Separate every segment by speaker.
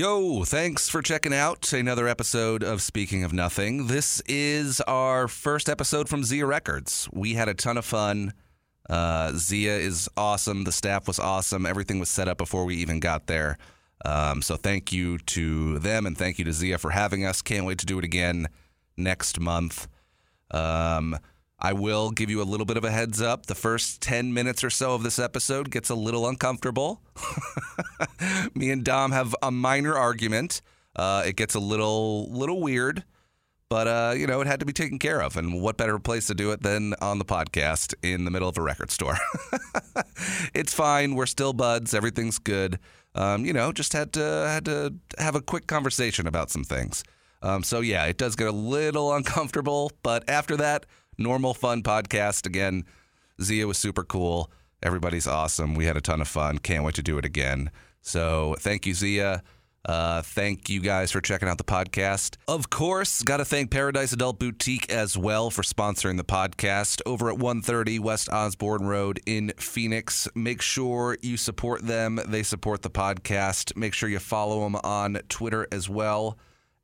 Speaker 1: Yo, thanks for checking out another episode of Speaking of Nothing. This is our first episode from Zia Records. We had a ton of fun. Uh, Zia is awesome. The staff was awesome. Everything was set up before we even got there. Um, so thank you to them and thank you to Zia for having us. Can't wait to do it again next month. Um, I will give you a little bit of a heads up. The first 10 minutes or so of this episode gets a little uncomfortable. Me and Dom have a minor argument. Uh, it gets a little little weird, but uh, you know it had to be taken care of. And what better place to do it than on the podcast in the middle of a record store? it's fine. We're still buds. Everything's good. Um, you know, just had to had to have a quick conversation about some things. Um, so yeah, it does get a little uncomfortable, but after that, normal fun podcast again. Zia was super cool. Everybody's awesome. We had a ton of fun. Can't wait to do it again. So thank you, Zia. Uh, thank you guys for checking out the podcast. Of course, got to thank Paradise Adult Boutique as well for sponsoring the podcast over at 130 West Osborne Road in Phoenix. Make sure you support them, they support the podcast. Make sure you follow them on Twitter as well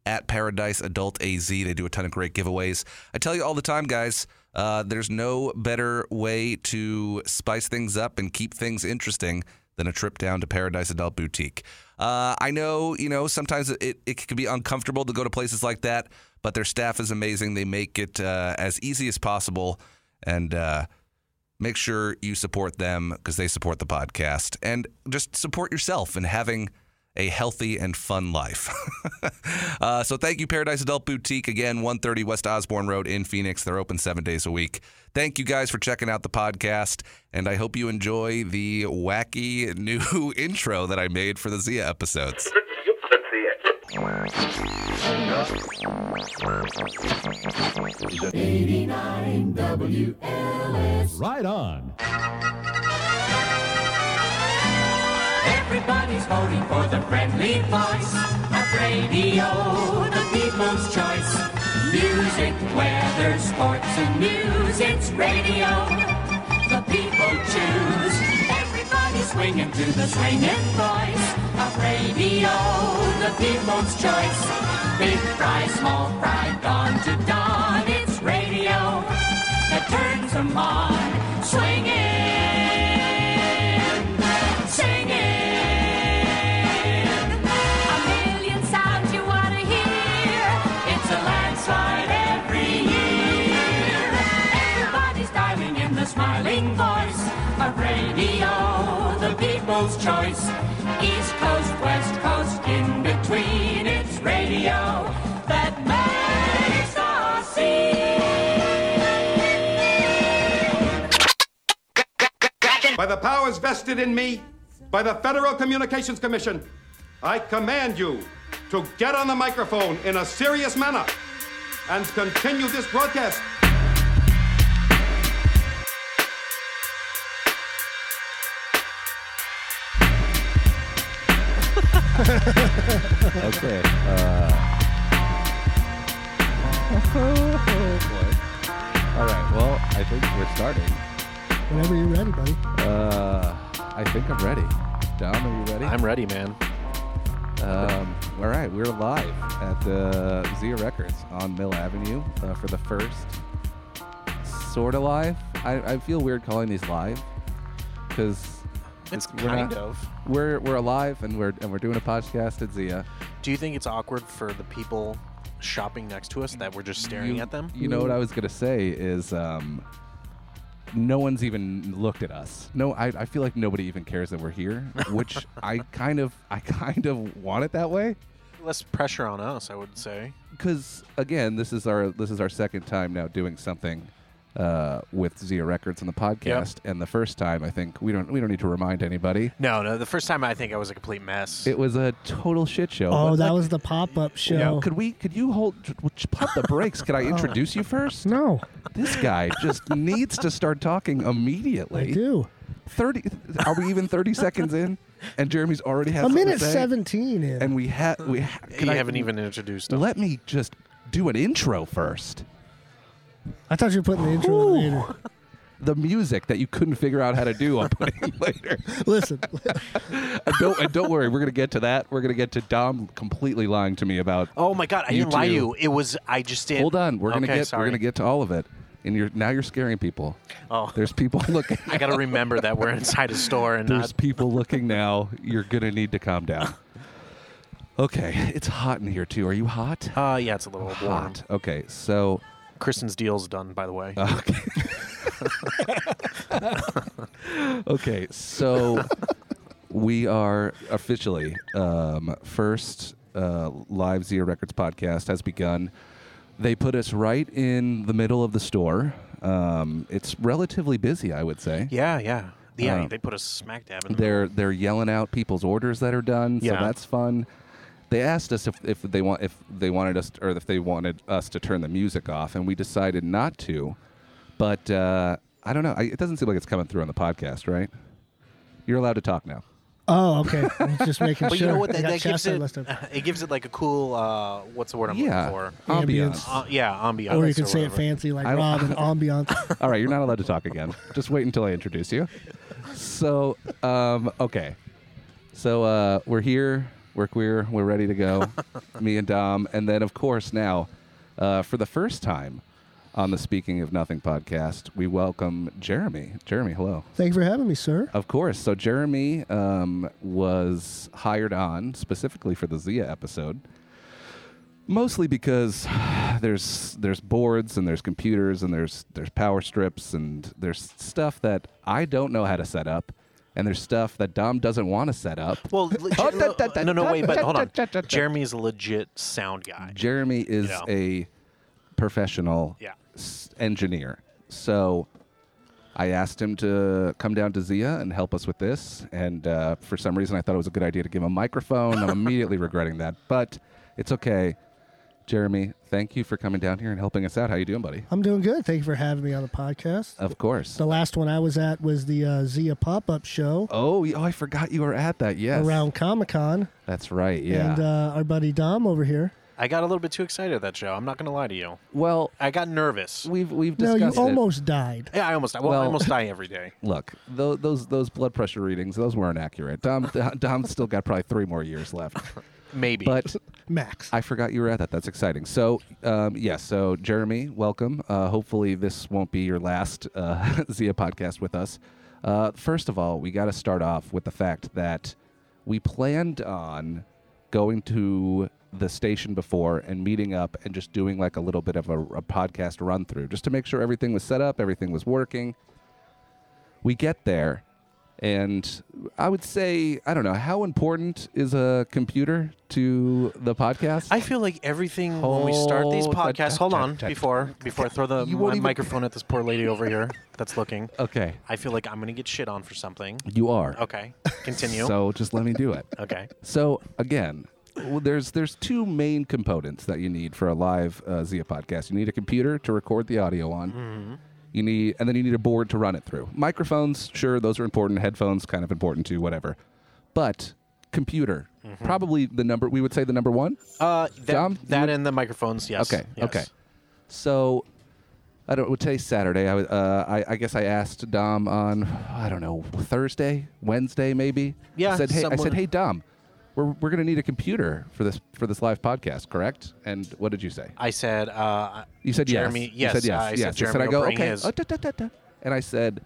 Speaker 1: at Paradise Adult AZ. They do a ton of great giveaways. I tell you all the time, guys, uh, there's no better way to spice things up and keep things interesting than a trip down to Paradise Adult Boutique. Uh, I know, you know, sometimes it, it can be uncomfortable to go to places like that, but their staff is amazing. They make it uh, as easy as possible. And, uh, make sure you support them because they support the podcast and just support yourself in having a healthy and fun life. uh, so thank you, Paradise Adult Boutique. Again, 130 West Osborne Road in Phoenix. They're open seven days a week. Thank you guys for checking out the podcast. And I hope you enjoy the wacky new intro that I made for the Zia episodes.
Speaker 2: Let's see it.
Speaker 3: Right on.
Speaker 4: Everybody's voting for the friendly voice of radio, the people's choice. Music, weather, sports, and news. It's radio. The people choose. Everybody's swinging to the swinging voice of radio, the people's choice. Big fry, small fry, dawn to dawn. It's radio that turns them on. Swinging, singing. A million sounds you want to hear. It's a landslide every year. Everybody's dialing in the smiling voice of radio, the people's choice. East Coast, West Coast, in between, it's radio that makes the scene.
Speaker 5: By the powers vested in me by the Federal Communications Commission, I command you to get on the microphone in a serious manner and continue this broadcast.
Speaker 6: Okay. Uh... oh, All right. Well, I think we're starting.
Speaker 7: Whenever you're ready, buddy.
Speaker 6: Uh, I think I'm ready. Dom, are you ready?
Speaker 8: I'm ready, man.
Speaker 6: Um, all right. We're live at the Zia Records on Mill Avenue uh, for the first sort of live. I, I feel weird calling these live because
Speaker 8: It's
Speaker 6: we're
Speaker 8: kind
Speaker 6: not-
Speaker 8: of.
Speaker 6: we're we're alive and we're and we're doing a podcast at Zia.
Speaker 8: Do you think it's awkward for the people shopping next to us that we're just staring
Speaker 6: you,
Speaker 8: at them?
Speaker 6: You know what I was gonna say is um, no one's even looked at us. No, I, I feel like nobody even cares that we're here, which I kind of I kind of want it that way
Speaker 8: Less pressure on us, I would say.
Speaker 6: because again, this is our this is our second time now doing something uh, with Zia Records on the podcast, and the first time I think we don't we don't need to remind anybody.
Speaker 8: No, no. The first time I think I was a complete mess.
Speaker 6: It was a total shit show.
Speaker 7: Oh,
Speaker 6: but,
Speaker 7: that
Speaker 6: like,
Speaker 7: was the pop-up
Speaker 6: you know,
Speaker 7: show.
Speaker 6: could we? Could you hold? Pump the brakes. Could I introduce you first?
Speaker 7: no,
Speaker 6: This guy just needs to start talking
Speaker 7: I
Speaker 6: immediately.
Speaker 7: do.
Speaker 6: 30 are we even 30 seconds in and jeremy's already had
Speaker 7: A
Speaker 6: something to
Speaker 7: minute
Speaker 6: say?
Speaker 7: seventeen in.
Speaker 6: and we had we ha-
Speaker 8: you
Speaker 6: I-
Speaker 8: haven't even introduced us.
Speaker 6: let me just do an intro first
Speaker 7: I thought you were putting the intro in later.
Speaker 6: the music that you couldn't figure out how to do. I'm playing later.
Speaker 7: Listen,
Speaker 6: And don't and don't worry, we're gonna get to that. We're gonna get to Dom completely lying to me about.
Speaker 8: Oh my god, I
Speaker 6: You
Speaker 8: didn't lie to
Speaker 6: too.
Speaker 8: you. It was I just did.
Speaker 6: Hold on, we're gonna
Speaker 8: Okay,
Speaker 6: get
Speaker 8: Sorry.
Speaker 6: we're gonna get to all of it. And you're now you're scaring people.
Speaker 8: Oh.
Speaker 6: there's people looking.
Speaker 8: I gotta remember that we're inside a store and
Speaker 6: There's
Speaker 8: not.
Speaker 6: people looking now. You're gonna need to calm down. Okay, it's hot in here too. Are you hot?
Speaker 8: Uh, yeah, it's a little warm.
Speaker 6: Hot. Uh, Okay, so
Speaker 8: Kristen's deal's done, by the way.
Speaker 6: Okay. okay, so we are officially um, first uh, live Zia Records podcast has begun. They put us right in the middle of the store. Um, it's relatively busy, I would say.
Speaker 8: yeah, yeah, yeah.
Speaker 6: Uh,
Speaker 8: they put a smack dab in. there.
Speaker 6: They're they're yelling out people's orders that are done, so
Speaker 8: Yeah.
Speaker 6: that's fun. They asked us if, if they want if they wanted us or if they wanted us to turn the music off, and we decided not to. But uh, I don't know. I, it doesn't seem like it's coming through on the podcast, right? You're allowed to talk now.
Speaker 7: oh okay, I'm just making
Speaker 8: But
Speaker 7: sure.
Speaker 8: you know what? That,
Speaker 7: I got
Speaker 8: that gives
Speaker 7: Chester
Speaker 8: it.
Speaker 7: listed.
Speaker 8: It gives it like a cool. Uh, what's the word I'm
Speaker 6: yeah,
Speaker 8: looking for?
Speaker 7: Ambience.
Speaker 8: Uh, yeah, ambiance.
Speaker 7: or you can say it
Speaker 8: whatever.
Speaker 7: fancy like
Speaker 6: I don't-
Speaker 7: Rob and ambiance.
Speaker 6: All right, you're not allowed to talk again. Just wait until I introduce you. So, um, okay. So uh, we're here. We're queer. We're ready to go. Me and Dom, and then of course now, uh, for the first time on the Speaking of Nothing podcast, we welcome Jeremy. Jeremy, hello.
Speaker 7: Thank you for having me, sir.
Speaker 6: Of course. So Jeremy um, was hired on specifically for the Zia episode, mostly because there's there's boards and there's computers and there's there's power strips and there's stuff that I don't know how to set up, and there's stuff that Dom doesn't want to set up.
Speaker 8: Well,
Speaker 6: Oh,
Speaker 8: legit,
Speaker 6: da, da, da,
Speaker 8: no, no,
Speaker 6: da,
Speaker 8: wait, but
Speaker 6: da,
Speaker 8: hold on.
Speaker 6: da, da, da.
Speaker 8: Jeremy's a legit sound guy.
Speaker 6: Jeremy is
Speaker 8: know.
Speaker 6: a professional
Speaker 8: Yeah.
Speaker 6: s- engineer. So I asked him to come down to Zia and help us with this. And uh, for some reason, I thought it was a good idea to give him a microphone. I'm immediately regretting that, but it's okay. Jeremy, thank you for coming down here and helping us out. How you doing, buddy?
Speaker 7: I'm doing good. Thank you for having me on the podcast.
Speaker 6: Of course.
Speaker 7: the last one I was at was the uh, Zia pop up show
Speaker 6: Oh, y- oh, I forgot you were at that. Yes,
Speaker 7: around Comic Con,
Speaker 6: That's right. Yeah.
Speaker 7: and uh, our buddy Dom over here.
Speaker 8: I got a little bit too excited at that show. I'm not gonna lie to you.
Speaker 6: well,
Speaker 8: I got nervous.
Speaker 6: we've we've
Speaker 7: No,
Speaker 6: discussed
Speaker 7: you
Speaker 6: it.
Speaker 7: almost died.
Speaker 8: Yeah, I almost. Well,
Speaker 6: Well-
Speaker 8: I almost die every day.
Speaker 6: look, tho- those those blood pressure readings, those weren't accurate. Dom Dom's still got probably three more years left.
Speaker 8: Maybe.
Speaker 6: But
Speaker 7: Max.
Speaker 6: I forgot you were at that. That's exciting. So um, yes, so Jeremy, welcome. Uh, hopefully this won't be your last uh, Zia podcast with us. Uh, first of all, we got to start off with the fact that we planned on going to the station before and meeting up and just doing like a little bit of a, a podcast run through just to make sure everything was set up, everything was working we get there and i would say i don't know how important is a computer to the podcast
Speaker 8: I feel like everything when we start these
Speaker 6: Hold the-
Speaker 8: podcasts. Hold on, before before I throw the
Speaker 6: You
Speaker 8: my
Speaker 6: won't even-
Speaker 8: microphone at this poor lady over here that's looking.
Speaker 6: okay
Speaker 8: I feel like I'm gonna get shit on for something.
Speaker 6: you are
Speaker 8: Okay, continue.
Speaker 6: so just let me do it
Speaker 8: okay,
Speaker 6: so again well, there's there's two main components that you need for a live uh, zia podcast you need a computer to record the audio on
Speaker 8: Mm-hmm.
Speaker 6: you need and then you need a board to run it through microphones sure those are important headphones kind of important too whatever but computer
Speaker 8: Mm-hmm.
Speaker 6: probably the number we would say the number one
Speaker 8: uh, that,
Speaker 6: Dom, you
Speaker 8: that
Speaker 6: would-
Speaker 8: and the microphones. Yes.
Speaker 6: Okay.
Speaker 8: yes.
Speaker 6: Okay. So, I don't. Well, today's Saturday. I, was- uh, I I guess I asked Dom on I don't know Thursday, Wednesday, maybe.
Speaker 8: Yeah,
Speaker 6: I said hey. I
Speaker 8: somewhere.
Speaker 6: said hey, Dom. We're, we're gonna need a computer for this for this live podcast, correct? And what did you say?
Speaker 8: I said. Uh,
Speaker 6: You said
Speaker 8: Jeremy.
Speaker 6: yes. You said yes.
Speaker 8: I
Speaker 6: yes.
Speaker 8: said Jeremy.
Speaker 6: you said I
Speaker 8: will
Speaker 6: go
Speaker 8: bring
Speaker 6: okay.
Speaker 8: his
Speaker 6: Oh, da, da, da, da. And I said,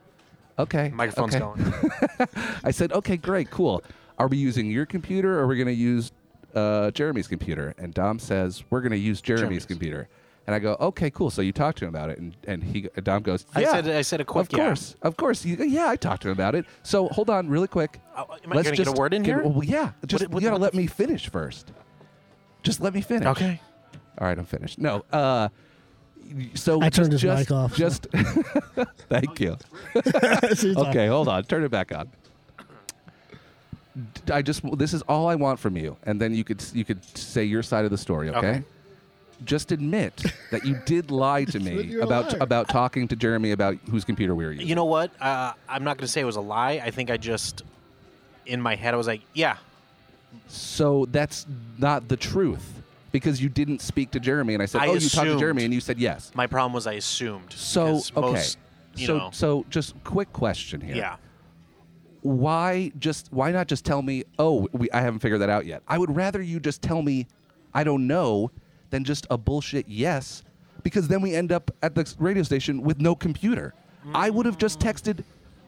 Speaker 6: okay.
Speaker 8: Microphone's
Speaker 6: okay.
Speaker 8: going.
Speaker 6: I said, okay, great, cool. Are we using your computer or are we going to use uh, Jeremy's computer? And Dom says, we're going to use Jeremy's,
Speaker 8: Jeremy's.
Speaker 6: computer. And I go, okay, cool. So you talked to him about it. And, and he and Dom goes,
Speaker 8: I
Speaker 6: yeah.
Speaker 8: said- I said a quick
Speaker 6: Of
Speaker 8: yeah."
Speaker 6: course. Of course. You- yeah, I talked to him about it. So hold on really quick.
Speaker 8: Uh, am I gonna get a word in here?
Speaker 6: Well, yeah. Just,
Speaker 8: what-
Speaker 6: you got
Speaker 8: what
Speaker 6: to let
Speaker 8: the
Speaker 6: me finish first. Just let me finish.
Speaker 8: Okay.
Speaker 6: All right, I'm finished. No. Uh, y- so
Speaker 7: I turned
Speaker 6: just,
Speaker 7: his mic
Speaker 6: just-
Speaker 7: off.
Speaker 6: Just thank you.
Speaker 7: So he's like,
Speaker 6: Okay, hold on. Turn it back on. D- I just this is all I want from you, and then you could you could say your side of the story. Okay.
Speaker 8: Okay.
Speaker 6: Just admit that you did lie to me
Speaker 7: you're a
Speaker 6: about
Speaker 7: liar.
Speaker 6: about talking to Jeremy about whose computer we were using.
Speaker 8: You know what? Uh, I'm not gonna say it was a lie. I think I just, in my head, I was like, yeah,
Speaker 6: so that's not the truth because you didn't speak to Jeremy, and I said,
Speaker 8: I
Speaker 6: "Oh, you talked to
Speaker 8: assumed.
Speaker 6: Jeremy," and you said yes.
Speaker 8: My problem was I assumed.
Speaker 6: So,
Speaker 8: 'cause
Speaker 6: okay.
Speaker 8: Most you
Speaker 6: so
Speaker 8: know.
Speaker 6: so just quick question here.
Speaker 8: yeah.
Speaker 6: Why just why not just tell me, "Oh, we, I haven't figured that out yet." I would rather you just tell me I don't know than just a bullshit yes because then we end up at the radio station with no computer. I would have just texted,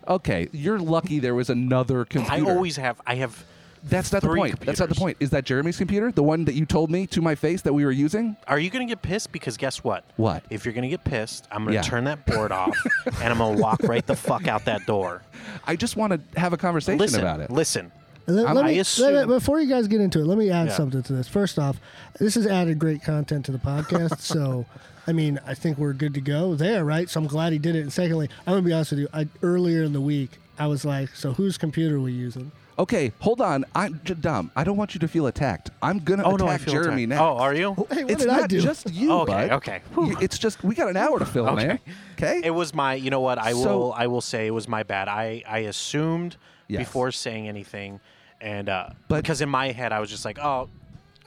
Speaker 6: "Okay, you're lucky there was another
Speaker 8: I
Speaker 6: computer."
Speaker 8: always have. I have.
Speaker 6: That's not the
Speaker 8: three
Speaker 6: point. That's not the
Speaker 8: computers.
Speaker 6: point. Is that Jeremy's computer, the one that you told me to my face that we were using?
Speaker 8: Are you going to get pissed? Because guess what?
Speaker 6: What?
Speaker 8: If you're going to get pissed, I'm going to
Speaker 6: Yeah.
Speaker 8: turn that board off and I'm going to walk right the fuck out that door.
Speaker 6: I just want to have a conversation
Speaker 8: Listen.
Speaker 6: about it.
Speaker 8: Listen.
Speaker 7: Let, let
Speaker 8: I
Speaker 7: me,
Speaker 8: assume-
Speaker 7: let me- before you guys get into it, let me add
Speaker 8: Yeah.
Speaker 7: something to this. First off, this has added great content to the podcast. so, I mean, I think we're good to go there, right? So I'm glad he did it. And secondly, I'm gonna be honest with you. I, earlier in the week, I was like, "So whose computer are we using?"
Speaker 6: Okay, hold on. I'm j- dumb. I don't want you to feel attacked. I'm gonna
Speaker 8: Oh,
Speaker 6: attack
Speaker 8: no, I feel
Speaker 6: Jeremy
Speaker 8: attacked.
Speaker 6: now.
Speaker 8: Oh, are you?
Speaker 7: Hey, what
Speaker 6: it's
Speaker 7: did
Speaker 6: not
Speaker 7: I do?
Speaker 6: just you.
Speaker 8: Oh, okay,
Speaker 6: bud.
Speaker 8: okay.
Speaker 6: You-
Speaker 8: Whew.
Speaker 6: It's just we got an hour to fill,
Speaker 8: Okay.
Speaker 6: man. Okay.
Speaker 8: It was my, you know what? I
Speaker 6: So-
Speaker 8: will, I will say it was my bad. I, I assumed
Speaker 6: Yes.
Speaker 8: before saying anything, and uh,
Speaker 6: But-
Speaker 8: because in my head I was just like, oh,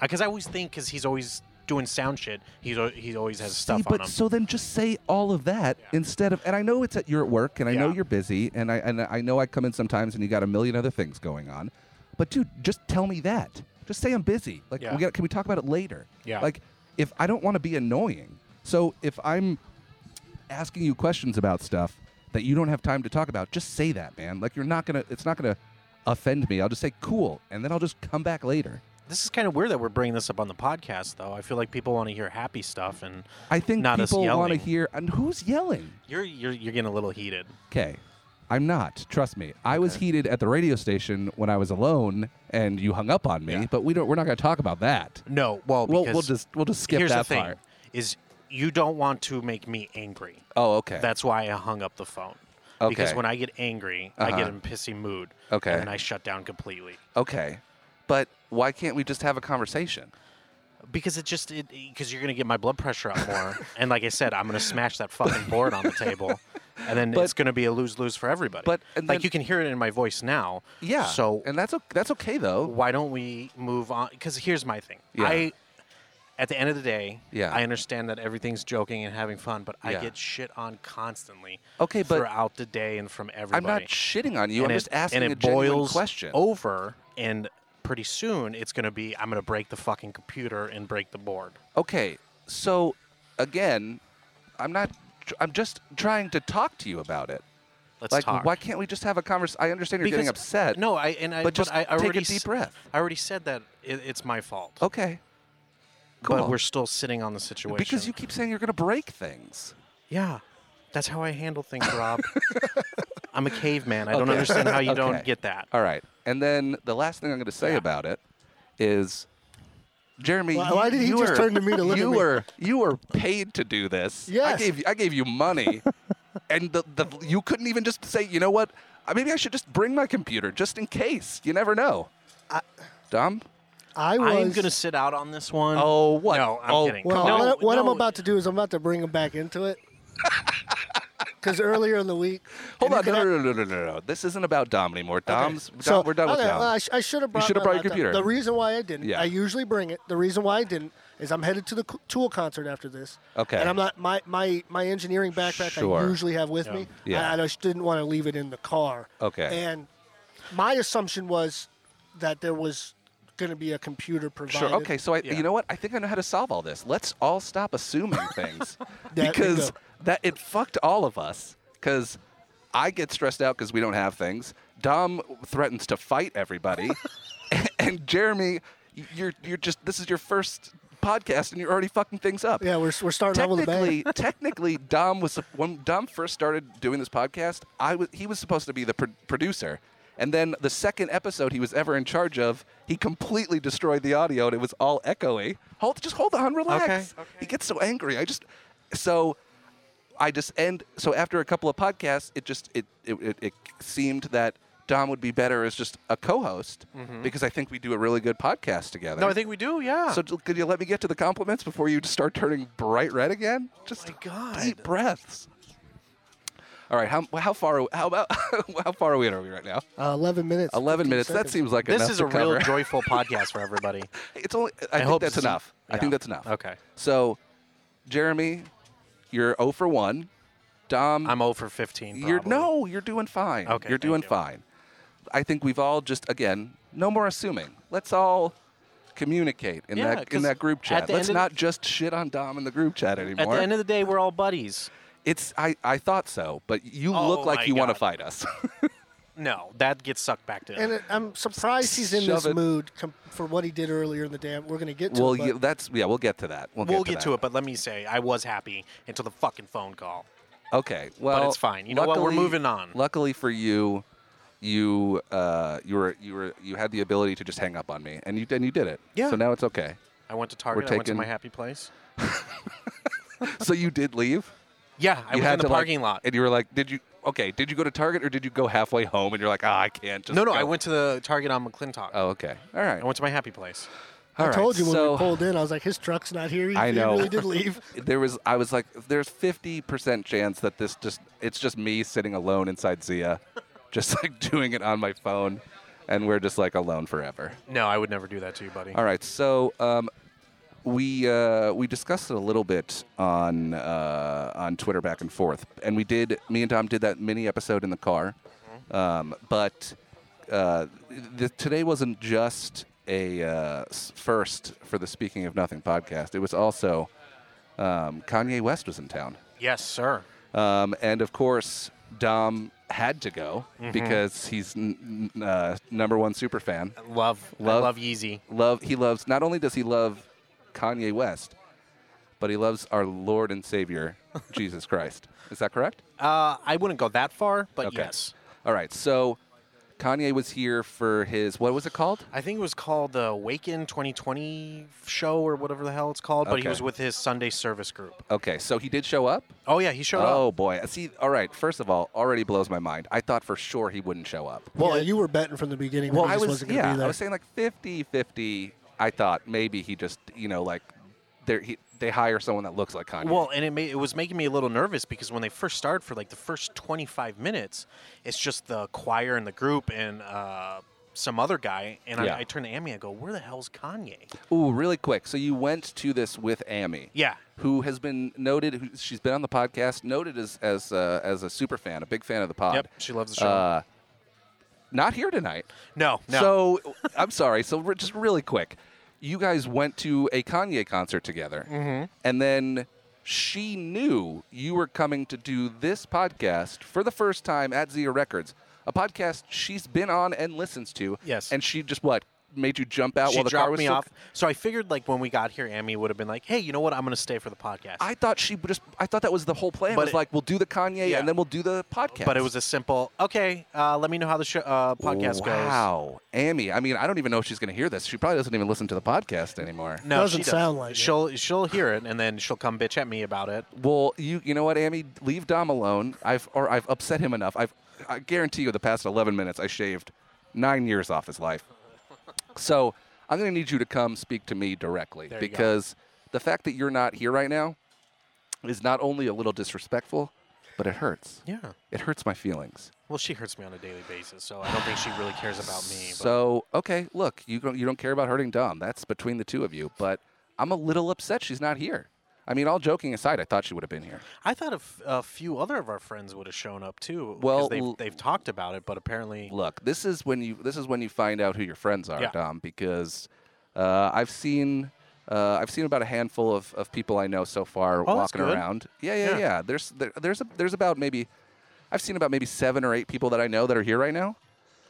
Speaker 8: because I always think because he's always doing sound shit. He's al- he always has
Speaker 6: See,
Speaker 8: stuff
Speaker 6: but
Speaker 8: on him.
Speaker 6: so then just say all of that instead of. And I know it's at you're at work, and I know
Speaker 8: Yeah.
Speaker 6: you're busy, and I and I know I come in sometimes, and you got a million other things going on. But dude, just tell me that. Just say I'm busy. Like,
Speaker 8: Yeah.
Speaker 6: we got, can we talk about it later?
Speaker 8: Yeah.
Speaker 6: Like, if I don't want to be annoying, so if I'm asking you questions about stuff that you don't have time to talk about, just say that, man. Like, you're not gonna. It's not gonna offend me. I'll just say cool, and then I'll just come back later.
Speaker 8: this is kind of weird that we're bringing this up on the podcast, though. I feel like people want to hear happy stuff, and
Speaker 6: I think
Speaker 8: not us
Speaker 6: people want to
Speaker 8: yelling.
Speaker 6: hear. And who's yelling?
Speaker 8: You're you're you're getting a little heated.
Speaker 6: Okay. I'm not. Trust me. I was heated at the radio station when I was alone, and you hung up on me.
Speaker 8: Yeah.
Speaker 6: But we don't. We're not going to talk about that.
Speaker 8: No, well,
Speaker 6: We'll-
Speaker 8: because
Speaker 6: we'll just- we'll just skip
Speaker 8: here's
Speaker 6: that
Speaker 8: the thing,
Speaker 6: part.
Speaker 8: Is you don't want to make me angry.
Speaker 6: Oh, okay.
Speaker 8: That's why I hung up the phone. Because
Speaker 6: Okay. Uh-huh.
Speaker 8: when I get angry, I get in a pissy mood.
Speaker 6: Okay.
Speaker 8: And then I shut down completely.
Speaker 6: okay. But why can't we just have a conversation?
Speaker 8: Because it just it because you're gonna get my blood pressure up more. and like I said, I'm gonna smash that fucking board on the table. And then
Speaker 6: But-
Speaker 8: it's gonna be a lose lose for everybody.
Speaker 6: but- and
Speaker 8: like
Speaker 6: then-
Speaker 8: you can hear it in my voice now.
Speaker 6: Yeah.
Speaker 8: So
Speaker 6: and that's okay, that's okay though.
Speaker 8: why don't we move on? Because here's my thing.
Speaker 6: Yeah.
Speaker 8: I, at the end of the day,
Speaker 6: Yeah.
Speaker 8: I understand that everything's joking and having fun, but I
Speaker 6: Yeah.
Speaker 8: get shit on constantly.
Speaker 6: Okay, but-
Speaker 8: throughout the day and from
Speaker 6: I'm
Speaker 8: everybody.
Speaker 6: not shitting on you.
Speaker 8: And
Speaker 6: I'm
Speaker 8: it-
Speaker 6: just asking
Speaker 8: and
Speaker 6: a
Speaker 8: it
Speaker 6: genuine
Speaker 8: boils
Speaker 6: question.
Speaker 8: over, and pretty soon it's gonna be I'm gonna break the fucking computer and break the board.
Speaker 6: Okay. So, again, I'm not. tr- I'm just trying to talk to you about it.
Speaker 8: Let's
Speaker 6: like,
Speaker 8: talk.
Speaker 6: why can't we just have a conversation? I understand you're getting
Speaker 8: Because-
Speaker 6: upset.
Speaker 8: No, I and I
Speaker 6: but just
Speaker 8: I, I
Speaker 6: take a
Speaker 8: already
Speaker 6: deep
Speaker 8: s-
Speaker 6: breath. Oh,
Speaker 8: I already said that it, it's my fault.
Speaker 6: Okay.
Speaker 8: But
Speaker 6: cool.
Speaker 8: we're still sitting on the situation
Speaker 6: Because you keep saying you're going to break things.
Speaker 8: Yeah, that's how I handle things, Rob. I'm a caveman. I don't understand how you
Speaker 6: Okay.
Speaker 8: don't get that.
Speaker 6: All right. And then the last thing I'm going to say about it is, Jeremy,
Speaker 7: Why-
Speaker 6: you-
Speaker 7: why did he
Speaker 6: you
Speaker 7: just
Speaker 6: were,
Speaker 7: turn to me to look at
Speaker 6: you
Speaker 7: me?
Speaker 6: were you were paid to do this. I
Speaker 7: Yes.
Speaker 6: gave you- I gave you money, and the, the you couldn't even just say, you know what? Uh, Maybe I should just bring my computer just in case. You never know. Dom.
Speaker 7: I was.
Speaker 8: I'm gonna sit out on this one.
Speaker 6: Oh, what?
Speaker 8: No, I'm
Speaker 6: Oh,
Speaker 8: kidding.
Speaker 7: Well,
Speaker 8: No,
Speaker 7: what, what I'm
Speaker 8: no.
Speaker 7: about to do is I'm about to bring him back into it. Because earlier in the week,
Speaker 6: Hold
Speaker 7: and
Speaker 6: on.
Speaker 7: you
Speaker 6: No,
Speaker 7: can-
Speaker 6: no, no, no, no, no, no. This isn't about Dom anymore. Dom's. Dom,
Speaker 7: So-
Speaker 6: we're done with
Speaker 7: okay,
Speaker 6: Dom.
Speaker 7: well, I, sh- I should have brought.
Speaker 6: should've
Speaker 7: my
Speaker 6: brought your
Speaker 7: laptop.
Speaker 6: computer.
Speaker 7: The reason why I didn't.
Speaker 6: Yeah.
Speaker 7: I usually bring it. The reason why I didn't is I'm headed to the Co- Tool concert after this.
Speaker 6: Okay.
Speaker 7: And I'm not my my my engineering backpack
Speaker 6: Sure.
Speaker 7: I usually have with me.
Speaker 6: Yeah.
Speaker 7: I, I just didn't want to leave it in the car.
Speaker 6: Okay.
Speaker 7: And my assumption was that there was going to be a computer provided.
Speaker 6: Sure. Okay. So I, you know what? I think I know how to solve all this. Let's all stop assuming things
Speaker 7: That-
Speaker 6: because
Speaker 7: go.
Speaker 6: that it fucked all of us. Because I get stressed out because we don't have things. Dom threatens to fight everybody, and, and Jeremy, you're you're just this is your first podcast and you're already fucking things up.
Speaker 7: Yeah, we're we're starting out with a bang.
Speaker 6: Technically, technically, Dom was sup- when Dom first started doing this podcast. I was he was supposed to be the pro- producer, and then the second episode he was ever in charge of, he completely destroyed the audio and it was all echoey. Hold, just hold on, relax.
Speaker 8: Okay.
Speaker 6: He gets so angry. I just so I just and so after a couple of podcasts, it just it it, it, it seemed that. Dom would be better as just a co-host because I think we do a really good podcast together.
Speaker 8: Mm-hmm. No, I think we do. Yeah.
Speaker 6: So d- could you let me get to the compliments before you start turning bright red again? Just
Speaker 8: my God.
Speaker 6: deep breaths. All right, how, how far are- how about how far away are we right now?
Speaker 7: Uh, Eleven minutes.
Speaker 6: Eleven
Speaker 7: 15
Speaker 6: minutes. That
Speaker 7: seconds.
Speaker 6: seems like
Speaker 8: this
Speaker 6: enough
Speaker 8: is
Speaker 6: to
Speaker 8: a real
Speaker 6: cover.
Speaker 8: joyful podcast for everybody.
Speaker 6: It's only. I, think
Speaker 8: hope
Speaker 6: that's
Speaker 8: this-
Speaker 6: enough. I
Speaker 8: yeah.
Speaker 6: think that's enough.
Speaker 8: Okay.
Speaker 6: So, Jeremy, you're 0 for one. Dom,
Speaker 8: I'm 0 for 15.
Speaker 6: you're
Speaker 8: probably.
Speaker 6: no, you're doing fine.
Speaker 8: Okay,
Speaker 6: you're
Speaker 8: thank
Speaker 6: doing
Speaker 8: you.
Speaker 6: fine. I think we've all just again, no more assuming. Let's all communicate in
Speaker 8: Yeah,
Speaker 6: that in
Speaker 8: 'cause
Speaker 6: that group
Speaker 8: at
Speaker 6: chat.
Speaker 8: the
Speaker 6: Let's
Speaker 8: end of
Speaker 6: not
Speaker 8: the-
Speaker 6: just shit on Dom in the group chat
Speaker 8: At
Speaker 6: anymore.
Speaker 8: the end of the day, we're all buddies.
Speaker 6: it's I, I thought so, but you
Speaker 8: Oh
Speaker 6: look
Speaker 8: my
Speaker 6: like you want to
Speaker 8: God.
Speaker 6: fight us.
Speaker 8: No, that gets sucked back to.
Speaker 7: And it, I'm surprised he's in
Speaker 6: Shove
Speaker 7: this
Speaker 6: it.
Speaker 7: mood com- for what he did earlier in the day. We're going to get to
Speaker 6: well,
Speaker 7: it. but
Speaker 6: yeah, that's yeah, we'll get to that. We'll,
Speaker 8: we'll
Speaker 6: get, to,
Speaker 8: get to it, but let me say, I was happy until the fucking phone call.
Speaker 6: it. Okay, well,
Speaker 8: it's fine. You know what? We're moving on.
Speaker 6: Luckily for you, you uh, you were you were you had the ability to just hang up on me, and you and you did it.
Speaker 8: Yeah.
Speaker 6: So now it's okay.
Speaker 8: I went to Target. I went to
Speaker 6: taking-
Speaker 8: my happy place.
Speaker 6: so you did leave.
Speaker 8: Yeah, I
Speaker 6: you
Speaker 8: was in the
Speaker 6: to, like-
Speaker 8: parking lot.
Speaker 6: and you were like, "Did you okay? Did you go to Target or did you go halfway home?" And you're like, "Ah, I can't." Just
Speaker 8: no, no,
Speaker 6: go."
Speaker 8: I went to the Target on McClintock.
Speaker 6: Oh, okay. All right.
Speaker 8: I went to my happy place.
Speaker 7: I
Speaker 6: All right.
Speaker 7: told you when
Speaker 6: so
Speaker 7: we pulled in, I was like, his truck's not here. He,
Speaker 6: I know.
Speaker 7: he really did leave.
Speaker 6: there was. I was like, "There's 50 percent chance that this just it's just me sitting alone inside Zia, just like doing it on my phone, and we're just like alone forever."
Speaker 8: No, I would never do that to you, buddy.
Speaker 6: All right. So um, we uh, we discussed it a little bit on uh, on Twitter back and forth, and we did. Me and Tom did that mini episode in the car, um, but uh, the, today wasn't just a uh, s- first for the Speaking of Nothing podcast. It was also um, Kanye West was in town.
Speaker 8: Yes, sir.
Speaker 6: Um, and of course, Dom had to go because he's n- n- uh, number one super fan
Speaker 8: Love,
Speaker 6: Love-
Speaker 8: love, love Yeezy.
Speaker 6: love he loves not only does he love Kanye West, but he loves our Lord and Savior Jesus Christ. Is that correct?
Speaker 8: Uh, I wouldn't go that far, but
Speaker 6: Okay.
Speaker 8: yes.
Speaker 6: All right. So Kanye was here for his what was it called?
Speaker 8: I think it was called the Awaken 2020 show or whatever the hell it's called, but
Speaker 6: Okay.
Speaker 8: he was with his Sunday service group.
Speaker 6: Okay, so he did show up.
Speaker 8: Oh yeah, he showed
Speaker 6: Oh
Speaker 8: up.
Speaker 6: boy. See, all right. First of all, already blows my mind. I thought for sure he wouldn't show up.
Speaker 7: Well, you were betting from the beginning. that
Speaker 6: Well,
Speaker 7: he
Speaker 6: I
Speaker 7: just
Speaker 6: was
Speaker 7: wasn't gonna
Speaker 6: yeah,
Speaker 7: be there.
Speaker 6: I was saying like 50-50. I thought maybe he just, you know, like they he, they hire someone that looks like Kanye.
Speaker 8: Well, and it made, it was making me a little nervous because when they first started for like the first 25 minutes, it's just the choir and the group and uh, some other guy, and
Speaker 6: Yeah.
Speaker 8: I, I turned to Amy and I go, "Where the hell's Kanye?"
Speaker 6: Ooh, really quick. So you went to this with Amy.
Speaker 8: Yeah.
Speaker 6: Who has been noted? Who, she's been on the podcast, noted as as uh, as a super fan, a big fan of the pod.
Speaker 8: Yep, she loves the show.
Speaker 6: Uh, not here tonight.
Speaker 8: no, no.
Speaker 6: So I'm sorry. So re- just really quick, you guys went to a Kanye concert together,
Speaker 8: Mm-hmm.
Speaker 6: and then she knew you were coming to do this podcast for the first time at Zia Records, a podcast she's been on and listens to.
Speaker 8: Yes.
Speaker 6: And she just what made you jump out
Speaker 8: she
Speaker 6: while the car
Speaker 8: dropped
Speaker 6: was
Speaker 8: me
Speaker 6: still-
Speaker 8: off. So I figured like when we got here, Amy would have been like, "Hey, you know what? I'm gonna stay for the podcast."
Speaker 6: I thought she would just. I thought that was the whole plan.
Speaker 8: But
Speaker 6: was
Speaker 8: it-
Speaker 6: like we'll do the Kanye
Speaker 8: Yeah.
Speaker 6: and then we'll do the podcast.
Speaker 8: but it was a simple, okay. Uh, let me know how the show, uh, podcast goes.
Speaker 6: Wow, Amy. I mean, I don't even know if she's going to hear this. She probably doesn't even listen to the podcast anymore.
Speaker 8: No,
Speaker 7: Doesn't
Speaker 8: she does.
Speaker 7: sound like it.
Speaker 8: she'll she'll hear it and then she'll come bitch at me about it.
Speaker 6: Well, you you know what, Amy? Leave Dom alone. I've or I've upset him enough. I've I guarantee you, the past eleven minutes, I shaved nine years off his life. So I'm going to need you to come speak to me directly
Speaker 8: There you go.
Speaker 6: because the fact that you're not here right now is not only a little disrespectful, but it hurts.
Speaker 8: Yeah.
Speaker 6: It hurts my feelings.
Speaker 8: Well, she hurts me on a daily basis, so I don't think she really cares about me. But
Speaker 6: So okay, look, you don't you don't care about hurting Dom. That's between the two of you. But I'm a little upset she's not here. I mean, all joking aside, I thought she would have been here.
Speaker 8: I thought a, f- a few other of our friends would have shown up too. 'cause
Speaker 6: Well, l-
Speaker 8: they've, they've talked about it, but apparently,
Speaker 6: Look, this is when you this is when you find out who your friends are,
Speaker 8: Yeah.
Speaker 6: Dom, because uh, I've seen. Uh, I've seen about a handful of, of people I know so far
Speaker 8: Oh, that's
Speaker 6: walking
Speaker 8: good.
Speaker 6: around. Yeah, yeah, yeah.
Speaker 8: Yeah.
Speaker 6: There's there, there's a, there's about maybe I've seen about maybe seven or eight people that I know that are here right now.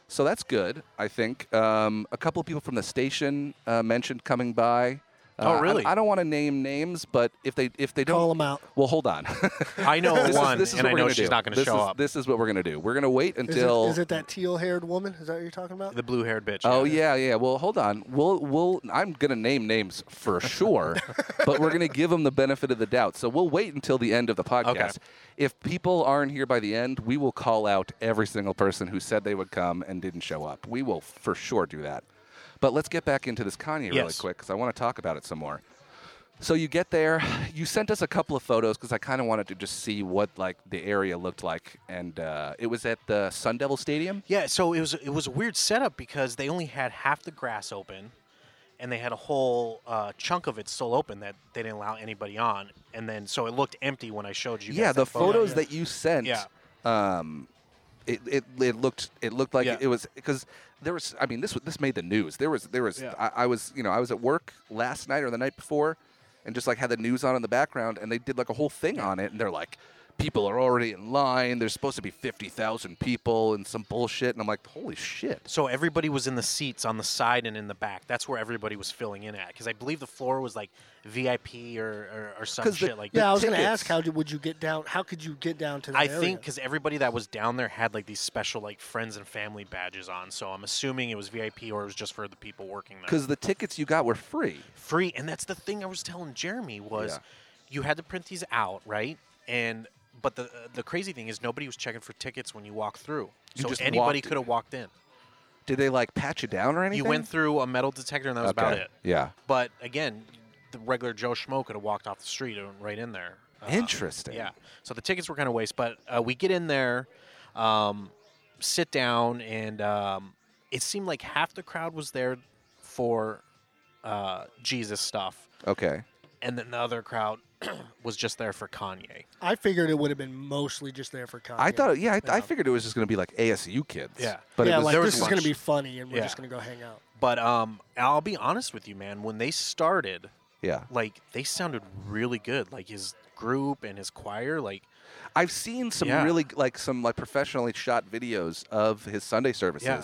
Speaker 6: So that's good, I think. Um, a couple of people from the station uh, mentioned coming by.
Speaker 8: Oh,
Speaker 6: Uh, I-
Speaker 8: really?
Speaker 6: I, don't want to name names, but if they if they don't
Speaker 7: Call 'em out.
Speaker 6: Well, hold on.
Speaker 8: I know
Speaker 6: This is-
Speaker 8: one,
Speaker 6: this is
Speaker 8: and
Speaker 6: what
Speaker 8: I
Speaker 6: we're
Speaker 8: know
Speaker 6: gonna
Speaker 8: she's
Speaker 6: do.
Speaker 8: not going to
Speaker 6: This
Speaker 8: show
Speaker 6: is-
Speaker 8: up.
Speaker 6: This is what we're gonna do. We're gonna wait
Speaker 7: Is,
Speaker 6: until
Speaker 7: it, is it that teal haired woman? Is that what you're talking about?
Speaker 8: the blue-haired bitch.
Speaker 6: Oh yeah, yeah. Well, hold on. We'll we'll I'm gonna name names for sure, but we're gonna give them the benefit of the doubt. So we'll wait until the end of the podcast. If people aren't here by the end, we will call out every single person who said they would come and didn't show up. We will for sure do that. But let's get back into this Kanye really
Speaker 8: Yes.
Speaker 6: quick because I want to talk about it some more. So you get there. You sent us a couple of photos because I kind of wanted to just see what like the area looked like, and uh, it was at the Sun Devil Stadium.
Speaker 8: Yeah, so it was it was a weird setup because they only had half the grass open, and they had a whole uh, chunk of it still open that they didn't allow anybody on, and then so it looked empty when I showed you.
Speaker 6: yeah,
Speaker 8: guys
Speaker 6: the
Speaker 8: that photo.
Speaker 6: photos that you sent.
Speaker 8: Yeah.
Speaker 6: Um, it, it, it looked it looked like
Speaker 8: Yeah.
Speaker 6: it was because there was I mean this was- this made the news there was there was
Speaker 8: Yeah.
Speaker 6: I, I was you know I was at work last night or the night before and just like had the news on in the background and they did like a whole thing on it and they're like people are already in line there's supposed to be fifty thousand people and some bullshit and I'm like holy shit
Speaker 8: So everybody was in the seats on the side and in the back. That's where everybody was filling in at because I believe the floor was like VIP or or, or some
Speaker 6: 'Cause the-
Speaker 8: shit like
Speaker 7: Yeah, I
Speaker 8: that.
Speaker 7: was going to
Speaker 6: tickets.
Speaker 7: ask how did, would you get down? How could you get down to that
Speaker 8: I
Speaker 7: area?
Speaker 8: think because everybody that was down there had like these special like friends and family badges on, so I'm assuming it was VIP or it was just for the people working there.
Speaker 6: because the tickets you got were free
Speaker 8: free and that's the thing i was telling jeremy was
Speaker 6: Yeah.
Speaker 8: you had to print these out right and but the the crazy thing is nobody was checking for tickets when you walked through
Speaker 6: You
Speaker 8: so
Speaker 6: just
Speaker 8: anybody
Speaker 6: walked in.
Speaker 8: could have walked in
Speaker 6: did they like pat you down or anything
Speaker 8: you went through a metal detector and that was about
Speaker 6: Okay.
Speaker 8: it
Speaker 6: yeah
Speaker 8: but again the regular joe schmo could have walked off the street and right in there Uh,
Speaker 6: Interesting.
Speaker 8: yeah so the tickets were kind of waste but uh, we get in there um, sit down and um, it seemed like half the crowd was there for uh, jesus stuff
Speaker 6: okay
Speaker 8: and then the other crowd was just there for Kanye.
Speaker 7: I figured it would have been mostly just there for Kanye.
Speaker 6: I thought, yeah, I, I figured it was just going to be like ASU kids.
Speaker 8: Yeah.
Speaker 6: but
Speaker 7: yeah,
Speaker 6: it was,
Speaker 7: like
Speaker 8: there
Speaker 7: this
Speaker 8: was
Speaker 7: is going
Speaker 8: lunch.
Speaker 7: to be funny, and we're
Speaker 8: Yeah.
Speaker 7: just going to go hang out.
Speaker 8: But um, I'll be honest with you, man. When they started,
Speaker 6: yeah.
Speaker 8: like they sounded really good. Like his group and his choir, like
Speaker 6: I've seen some
Speaker 8: Yeah.
Speaker 6: really like some like professionally shot videos of his Sunday services,
Speaker 8: Yeah.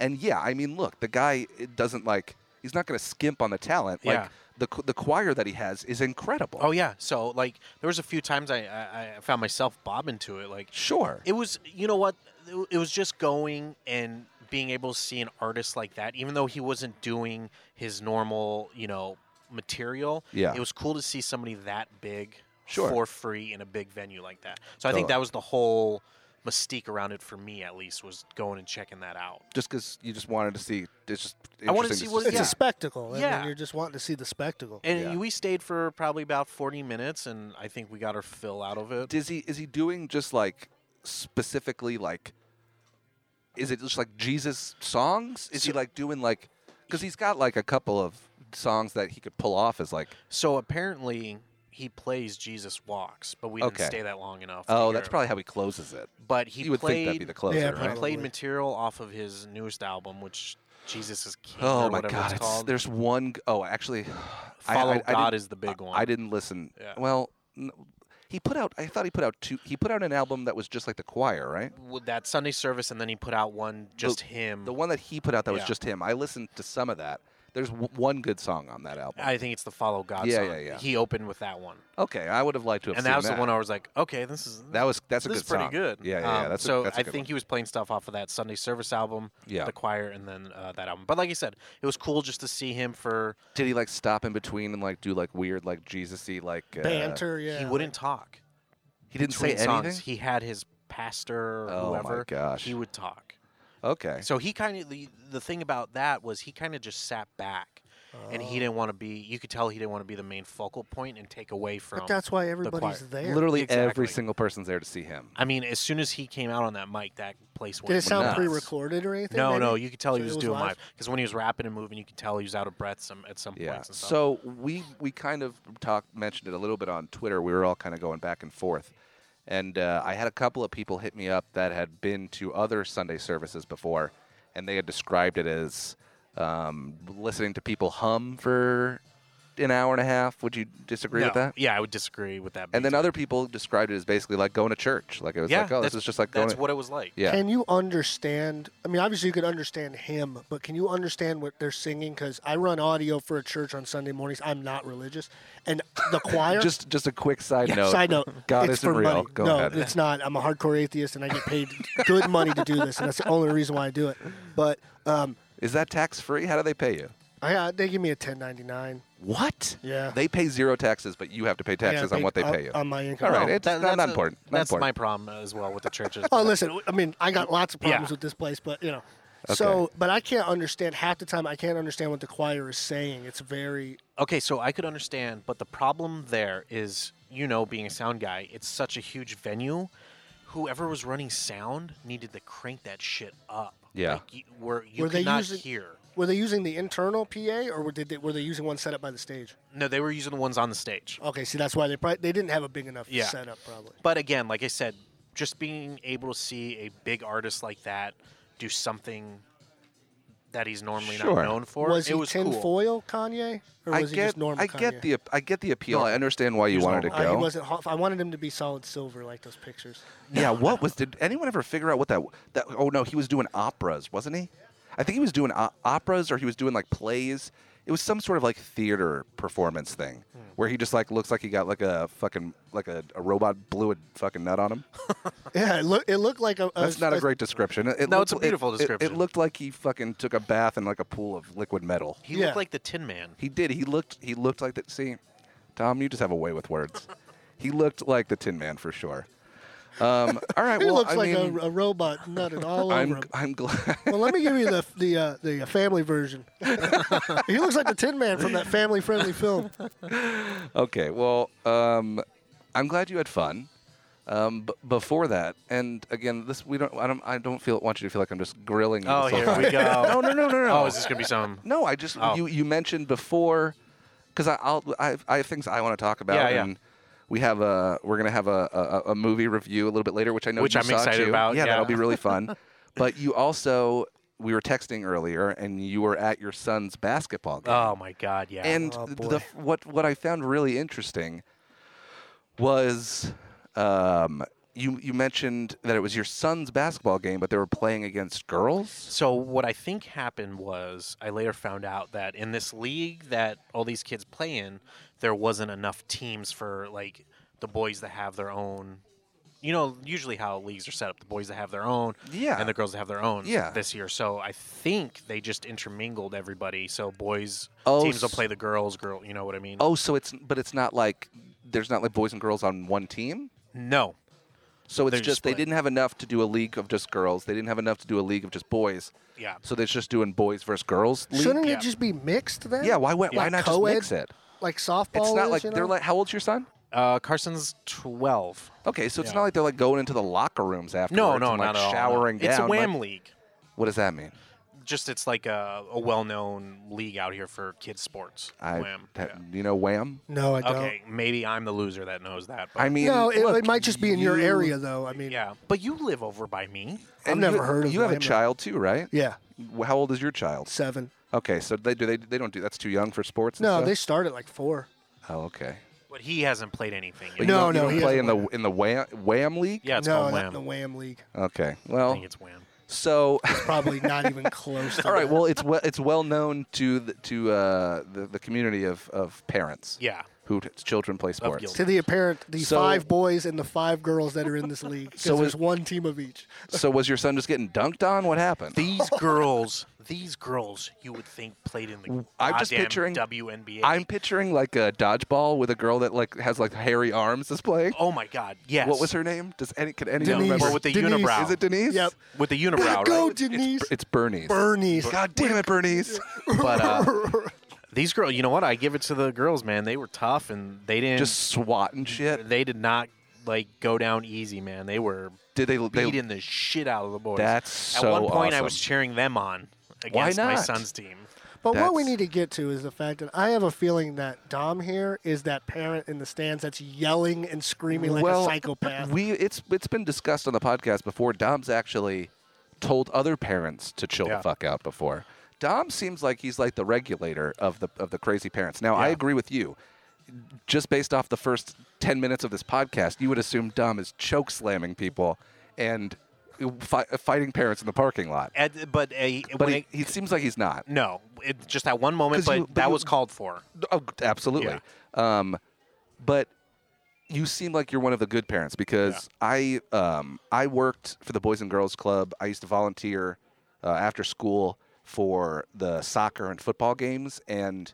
Speaker 6: and yeah, I mean, look, the guy it doesn't like he's not going to skimp on the talent. Like
Speaker 8: Yeah.
Speaker 6: the ch- the choir that he has is incredible.
Speaker 8: oh yeah. So like there was a few times I I, I found myself bobbing to it. Like
Speaker 6: sure,
Speaker 8: it was you know what It w- it was just going and being able to see an artist like that even though he wasn't doing his normal you know material
Speaker 6: Yeah.
Speaker 8: it was cool to see somebody that big
Speaker 6: Sure.
Speaker 8: for free in a big venue like that so i think
Speaker 6: Totally.
Speaker 8: that was the whole mystique around it for me at least was going and checking that out
Speaker 6: just because you just wanted to see. It's just
Speaker 8: I wanted to
Speaker 6: interesting
Speaker 8: see
Speaker 6: just
Speaker 8: what-
Speaker 7: It's
Speaker 8: Yeah.
Speaker 7: a spectacle. Yeah.
Speaker 8: Yeah.
Speaker 7: you're just wanting to see the spectacle.
Speaker 8: and
Speaker 6: Yeah.
Speaker 8: we stayed for probably about 40 minutes and i think we got our fill out of it
Speaker 6: Is he is he doing just like specifically like? Is it just like Jesus songs? Is he
Speaker 8: So-
Speaker 6: like doing like? Because he's got like a couple of songs that he could pull off as like.
Speaker 8: so apparently he plays jesus walks but we didn't
Speaker 6: Okay.
Speaker 8: stay that long enough to
Speaker 6: Oh,
Speaker 8: hear
Speaker 6: that's
Speaker 8: it.
Speaker 6: probably how he closes it.
Speaker 8: but he
Speaker 6: you would
Speaker 8: played
Speaker 6: think that'd be the closer,
Speaker 7: Yeah,
Speaker 8: He
Speaker 6: right?
Speaker 7: probably.
Speaker 8: played material off of his newest album, which Jesus is King.
Speaker 6: Oh
Speaker 8: or
Speaker 6: my
Speaker 8: whatever
Speaker 6: God!
Speaker 8: It's
Speaker 6: it's-
Speaker 8: called.
Speaker 6: there's one. g- Oh, actually, I-
Speaker 8: Follow
Speaker 6: I, I
Speaker 8: God
Speaker 6: didn't-
Speaker 8: is the big
Speaker 6: I-
Speaker 8: one.
Speaker 6: I didn't listen.
Speaker 8: Yeah.
Speaker 6: Well, n- he put out. I thought he put out two. He put out an album that was just like the choir, right?
Speaker 8: With that Sunday service, and then he put out one just him.
Speaker 6: The one that he put out that was
Speaker 8: Yeah.
Speaker 6: just him. I listened to some of that. There's w- one good song on that album.
Speaker 8: I think it's the Follow God
Speaker 6: Yeah,
Speaker 8: song.
Speaker 6: yeah, yeah.
Speaker 8: He opened with that one,
Speaker 6: okay, I would have liked to have
Speaker 8: and
Speaker 6: seen
Speaker 8: that was the one I was like, okay, this is
Speaker 6: that was that's a
Speaker 8: this
Speaker 6: good
Speaker 8: is pretty
Speaker 6: song.
Speaker 8: good.
Speaker 6: Yeah, yeah, yeah.
Speaker 8: Um,
Speaker 6: That's
Speaker 8: so
Speaker 6: a, that's a
Speaker 8: I
Speaker 6: good
Speaker 8: think he was playing stuff off of that Sunday service album,
Speaker 6: Yeah.
Speaker 8: the choir, and then uh, that album. But like I said, it was cool just to see him for
Speaker 6: one. did he like stop in between and like do like weird like Jesusy like uh,
Speaker 7: Banter, yeah.
Speaker 8: he wouldn't talk.
Speaker 6: He didn't say
Speaker 8: Between
Speaker 6: anything.
Speaker 8: songs, he had his pastor, or
Speaker 6: Oh my
Speaker 8: whoever.
Speaker 6: gosh.
Speaker 8: he would talk.
Speaker 6: okay,
Speaker 8: So he kind of the, the thing about that was he kind of just sat back, and he didn't want to be. You could tell he didn't want to be the main focal point and take away from.
Speaker 7: But that's why
Speaker 8: choir.
Speaker 7: everybody's there.
Speaker 6: literally
Speaker 8: Exactly.
Speaker 6: every single person's there to see him.
Speaker 8: I mean, as soon as he came out on that mic, that place went.
Speaker 7: Did it sound
Speaker 8: nuts.
Speaker 7: pre-recorded or anything?
Speaker 8: No,
Speaker 7: maybe?
Speaker 8: no, you could tell
Speaker 7: So
Speaker 8: he
Speaker 7: it
Speaker 8: was,
Speaker 7: was
Speaker 8: doing
Speaker 7: live?
Speaker 8: live because when he was rapping and moving, you could tell he was out of breath some at some
Speaker 6: Yeah.
Speaker 8: points. And stuff.
Speaker 6: So we we kind of talked mentioned it a little bit on Twitter. We were all kind of going back and forth, and uh, I had a couple of people hit me up that had been to other Sunday services before, and they had described it as um, listening to people hum for an hour and a half. Would you disagree
Speaker 8: No,
Speaker 6: with that?
Speaker 8: yeah, I would disagree with that.
Speaker 6: And
Speaker 8: big
Speaker 6: then
Speaker 8: time.
Speaker 6: other people described it as basically like going to church. Like it was
Speaker 8: yeah,
Speaker 6: like, oh, this
Speaker 8: that's-
Speaker 6: is just like going.
Speaker 8: that's
Speaker 6: to,
Speaker 8: what it was like.
Speaker 6: yeah.
Speaker 7: Can you understand? I mean, obviously you could understand him, but can you understand what they're singing? Because I run audio for a church on Sunday mornings. I'm not religious, and the choir.
Speaker 6: just just a quick side
Speaker 7: Yeah,
Speaker 6: note.
Speaker 7: Side note.
Speaker 6: God
Speaker 7: it's
Speaker 6: isn't
Speaker 7: for
Speaker 6: real.
Speaker 7: money.
Speaker 6: Go
Speaker 7: no,
Speaker 6: ahead.
Speaker 7: it's not. I'm a hardcore atheist, and I get paid good money to do this, and that's the only reason why I do it. But um,
Speaker 6: Is that tax free? How do they pay you?
Speaker 7: I, uh, they give me a 1099.
Speaker 6: What?
Speaker 7: Yeah.
Speaker 6: They pay zero taxes, but you have to pay
Speaker 7: I
Speaker 6: taxes
Speaker 7: gotta
Speaker 6: on what they
Speaker 7: on-
Speaker 6: pay you.
Speaker 7: on my income.
Speaker 6: All right,
Speaker 7: Oh,
Speaker 6: it's
Speaker 8: That-
Speaker 6: not, not
Speaker 8: a-
Speaker 6: important. Not
Speaker 8: That's my
Speaker 6: important.
Speaker 8: problem as well with the churches.
Speaker 7: Oh, listen. I mean, I got lots of problems
Speaker 8: Yeah.
Speaker 7: with this place, but you know. So, but I can't understand half the time. I can't understand what the choir is saying. It's very
Speaker 8: okay, so I could understand, but the problem there is, you know, being a sound guy, it's such a huge venue. Whoever was running sound needed to crank that shit up.
Speaker 6: Yeah.
Speaker 8: Like, you, where you
Speaker 7: Were
Speaker 8: could
Speaker 7: they
Speaker 8: not
Speaker 7: using-
Speaker 8: hear.
Speaker 7: Were they using the internal PA or were did they, were they using one set up by the stage?
Speaker 8: No, they were using the ones on the stage.
Speaker 7: Okay, see that's why they probably they didn't have a big enough
Speaker 8: Yeah.
Speaker 7: setup probably.
Speaker 8: But again, like I said, just being able to see a big artist like that do something that he's normally
Speaker 6: Sure.
Speaker 8: not known for,
Speaker 7: was
Speaker 8: it
Speaker 7: he
Speaker 8: was cool.
Speaker 7: tinfoil Kanye or was
Speaker 6: I
Speaker 7: he
Speaker 6: get,
Speaker 7: just normal?
Speaker 6: I
Speaker 7: Kanye?
Speaker 6: get the, I get the appeal. I understand why you
Speaker 8: He's
Speaker 6: wanted
Speaker 8: normal.
Speaker 6: to
Speaker 7: Uh,
Speaker 6: go.
Speaker 7: he wasn't. hot- I wanted him to be solid silver like those pictures.
Speaker 6: Yeah, what was? Did anyone ever figure out what that? That oh no, he was doing operas, wasn't he? I think he was doing o- operas, or he was doing like plays. It was some sort of like theater performance thing
Speaker 7: Hmm.
Speaker 6: where he just like looks like he got like a fucking like a, a robot blew a fucking nut on him.
Speaker 7: Yeah, it, look, it looked like a.
Speaker 6: That's not a great description. It, it
Speaker 8: No,
Speaker 6: looked-
Speaker 8: it's a
Speaker 6: it-
Speaker 8: beautiful
Speaker 6: it- It,
Speaker 8: description.
Speaker 6: looked like he fucking took a bath in like a pool of liquid metal.
Speaker 8: He
Speaker 7: Yeah.
Speaker 8: looked like the Tin Man.
Speaker 6: He did. He looked. He looked like that. See, Tom, you just have a way with words. he looked like the Tin Man for sure. Um, all right.
Speaker 7: He
Speaker 6: well,
Speaker 7: looks
Speaker 6: I
Speaker 7: like
Speaker 6: mean,
Speaker 7: a, a robot nutted all over
Speaker 6: I'm
Speaker 7: him.
Speaker 6: I'm glad.
Speaker 7: Well, let me give you the the uh, the uh, family version. he looks like the Tin Man from that family-friendly film.
Speaker 6: Okay, well, um, I'm glad you had fun. Um, b- before that, and again, this we don't. I don't. I don't feel. Want you to feel like I'm just grilling you.
Speaker 8: Oh,
Speaker 6: this whole
Speaker 8: here
Speaker 6: time.
Speaker 8: we go.
Speaker 6: No, no, no, no, no.
Speaker 8: Oh, is this gonna be some?
Speaker 6: No, I just
Speaker 8: Oh.
Speaker 6: you. You mentioned before, because I, I'll. I, I have things I want to talk about.
Speaker 8: Yeah, yeah.
Speaker 6: and We have a. We're gonna have a, a a movie review a little bit later, which I know
Speaker 8: Which
Speaker 6: you
Speaker 8: I'm
Speaker 6: saw
Speaker 8: excited
Speaker 6: too.
Speaker 8: about,
Speaker 6: Yeah, that'll
Speaker 8: yeah.
Speaker 6: be really fun. but you also we were texting earlier, and you were at your son's basketball game.
Speaker 8: Oh my God, yeah.
Speaker 6: And
Speaker 7: Oh,
Speaker 6: the
Speaker 7: boy.
Speaker 6: what what I found really interesting was um, you you mentioned that it was your son's basketball game, but they were playing against girls.
Speaker 8: so what I think happened was I later found out that in this league that all these kids play in, there wasn't enough teams for like the boys that have their own. You know, usually how leagues are set up, the boys that have their own,
Speaker 6: Yeah.
Speaker 8: and the girls that have their own,
Speaker 6: Yeah.
Speaker 8: this year. So I think they just intermingled everybody. So boys
Speaker 6: Oh,
Speaker 8: teams will
Speaker 6: s-
Speaker 8: play the girls, girl. You know what I mean?
Speaker 6: Oh, so it's but it's not like there's not like boys and girls on one team.
Speaker 8: no,
Speaker 6: So it's
Speaker 8: They're
Speaker 6: just they
Speaker 8: split.
Speaker 6: didn't have enough to do a league of just girls. They didn't have enough to do a league of just boys.
Speaker 8: Yeah.
Speaker 6: So they're just doing boys versus girls league.
Speaker 7: Shouldn't
Speaker 8: yeah.
Speaker 7: it just be mixed then?
Speaker 6: yeah. Why why, why
Speaker 8: Yeah.
Speaker 6: not
Speaker 7: Co-ed?
Speaker 6: just mix it?
Speaker 7: Like softball.
Speaker 6: It's not
Speaker 7: is,
Speaker 6: like
Speaker 7: you know?
Speaker 6: they're like how old's your son?
Speaker 8: uh, Carson's twelve.
Speaker 6: Okay, so it's
Speaker 8: Yeah.
Speaker 6: not like they're like going into the locker rooms after.
Speaker 8: No, no,
Speaker 6: and, like,
Speaker 8: not at all. no.
Speaker 6: Showering down.
Speaker 8: It's a
Speaker 6: like-
Speaker 8: wham league.
Speaker 6: What does that mean?
Speaker 8: just it's like a, a well-known league out here for kids sports.
Speaker 6: I,
Speaker 8: Wham.
Speaker 6: that-
Speaker 8: Yeah.
Speaker 6: you know, Wham.
Speaker 7: no, I don't.
Speaker 8: Okay, maybe I'm the loser that knows that. But
Speaker 6: I mean,
Speaker 7: No, it,
Speaker 6: look,
Speaker 7: it might just be in your
Speaker 6: you-
Speaker 7: area though. I mean,
Speaker 8: yeah, but you live over by me.
Speaker 7: I've
Speaker 6: and
Speaker 7: never
Speaker 6: you,
Speaker 7: heard of
Speaker 6: You have a
Speaker 7: Wham.
Speaker 6: child too, right?
Speaker 7: yeah,
Speaker 6: Yeah. How old is your child?
Speaker 7: seven.
Speaker 6: Okay, so they do they they don't do that's too young for sports. and
Speaker 7: No, they
Speaker 6: stuff?
Speaker 7: start at like four.
Speaker 6: Oh, okay.
Speaker 8: But he hasn't played anything. Yet.
Speaker 6: But you
Speaker 7: No,
Speaker 6: don't-
Speaker 7: no,
Speaker 6: You don't
Speaker 7: he
Speaker 6: play in
Speaker 7: hasn't
Speaker 6: the in the Wham Wham League.
Speaker 8: Yeah, it's
Speaker 7: no,
Speaker 8: called
Speaker 7: not
Speaker 8: Wham.
Speaker 7: the Wham League.
Speaker 6: Okay.
Speaker 8: I
Speaker 6: Well,
Speaker 8: think it's Wham.
Speaker 6: so
Speaker 7: Probably not even close. To
Speaker 6: all right.
Speaker 7: that.
Speaker 6: Well, it's well it's well known to the, to uh, the the community of of parents.
Speaker 8: Yeah.
Speaker 6: Who t- children play sports.
Speaker 8: guilt.
Speaker 7: to the apparent, the
Speaker 6: So-
Speaker 7: five boys and the five girls that are in this league.
Speaker 6: So
Speaker 7: So there's
Speaker 6: is-
Speaker 7: one team of each.
Speaker 6: So was your son just getting dunked on? What happened?
Speaker 8: These girls, these girls, you would think played in the
Speaker 6: I'm just
Speaker 8: goddamn
Speaker 6: picturing-
Speaker 8: WNBA.
Speaker 6: I'm picturing like a dodgeball with a girl that like has like hairy arms is playing.
Speaker 8: oh my god, yes.
Speaker 6: What was her name? Does any could anyone
Speaker 7: Denise.
Speaker 6: remember?
Speaker 8: Well, with the
Speaker 7: Denise.
Speaker 8: unibrow.
Speaker 6: Is it Denise?
Speaker 7: Yep.
Speaker 8: with the unibrow,
Speaker 7: Go,
Speaker 8: right?
Speaker 7: Denise.
Speaker 6: It's Bernie's.
Speaker 7: Bernie's.
Speaker 6: God damn it, Bernie's.
Speaker 8: But uh, these girls, you know what? I give it to the girls, man. They were tough and they didn't
Speaker 6: Just swatting shit.
Speaker 8: they did not like go down easy, man. They were
Speaker 6: Did they? they
Speaker 8: beating the shit out of the boys.
Speaker 6: That's
Speaker 8: at
Speaker 6: so
Speaker 8: one point I
Speaker 6: awesome.
Speaker 8: was cheering them on
Speaker 6: Why
Speaker 8: against my
Speaker 6: not?
Speaker 8: son's team.
Speaker 7: But what we
Speaker 6: That's-
Speaker 7: need to get to is the fact that I have a feeling that Dom here is that parent in the stands that's yelling and screaming like
Speaker 6: well,
Speaker 7: a psychopath.
Speaker 6: We it's it's been discussed on the podcast before. Dom's actually told other parents to chill the
Speaker 8: Yeah.
Speaker 6: fuck out before. Dom seems like he's like the regulator of the of the crazy parents. Now I agree with you. Just based off the first ten minutes of this podcast, you would assume Dom is choke slamming people and fi- fighting parents in the parking lot.
Speaker 8: And- but a,
Speaker 6: But
Speaker 8: when
Speaker 6: he,
Speaker 8: it-
Speaker 6: he seems like he's not.
Speaker 8: no, it, just that one moment.
Speaker 6: 'Cause
Speaker 8: But
Speaker 6: you- but
Speaker 8: that
Speaker 6: you-
Speaker 8: was called for.
Speaker 6: Oh, absolutely. Um, but you seem like you're one of the good parents because I um, I worked for the Boys and Girls Club. I used to volunteer uh, after school for the soccer and football games, and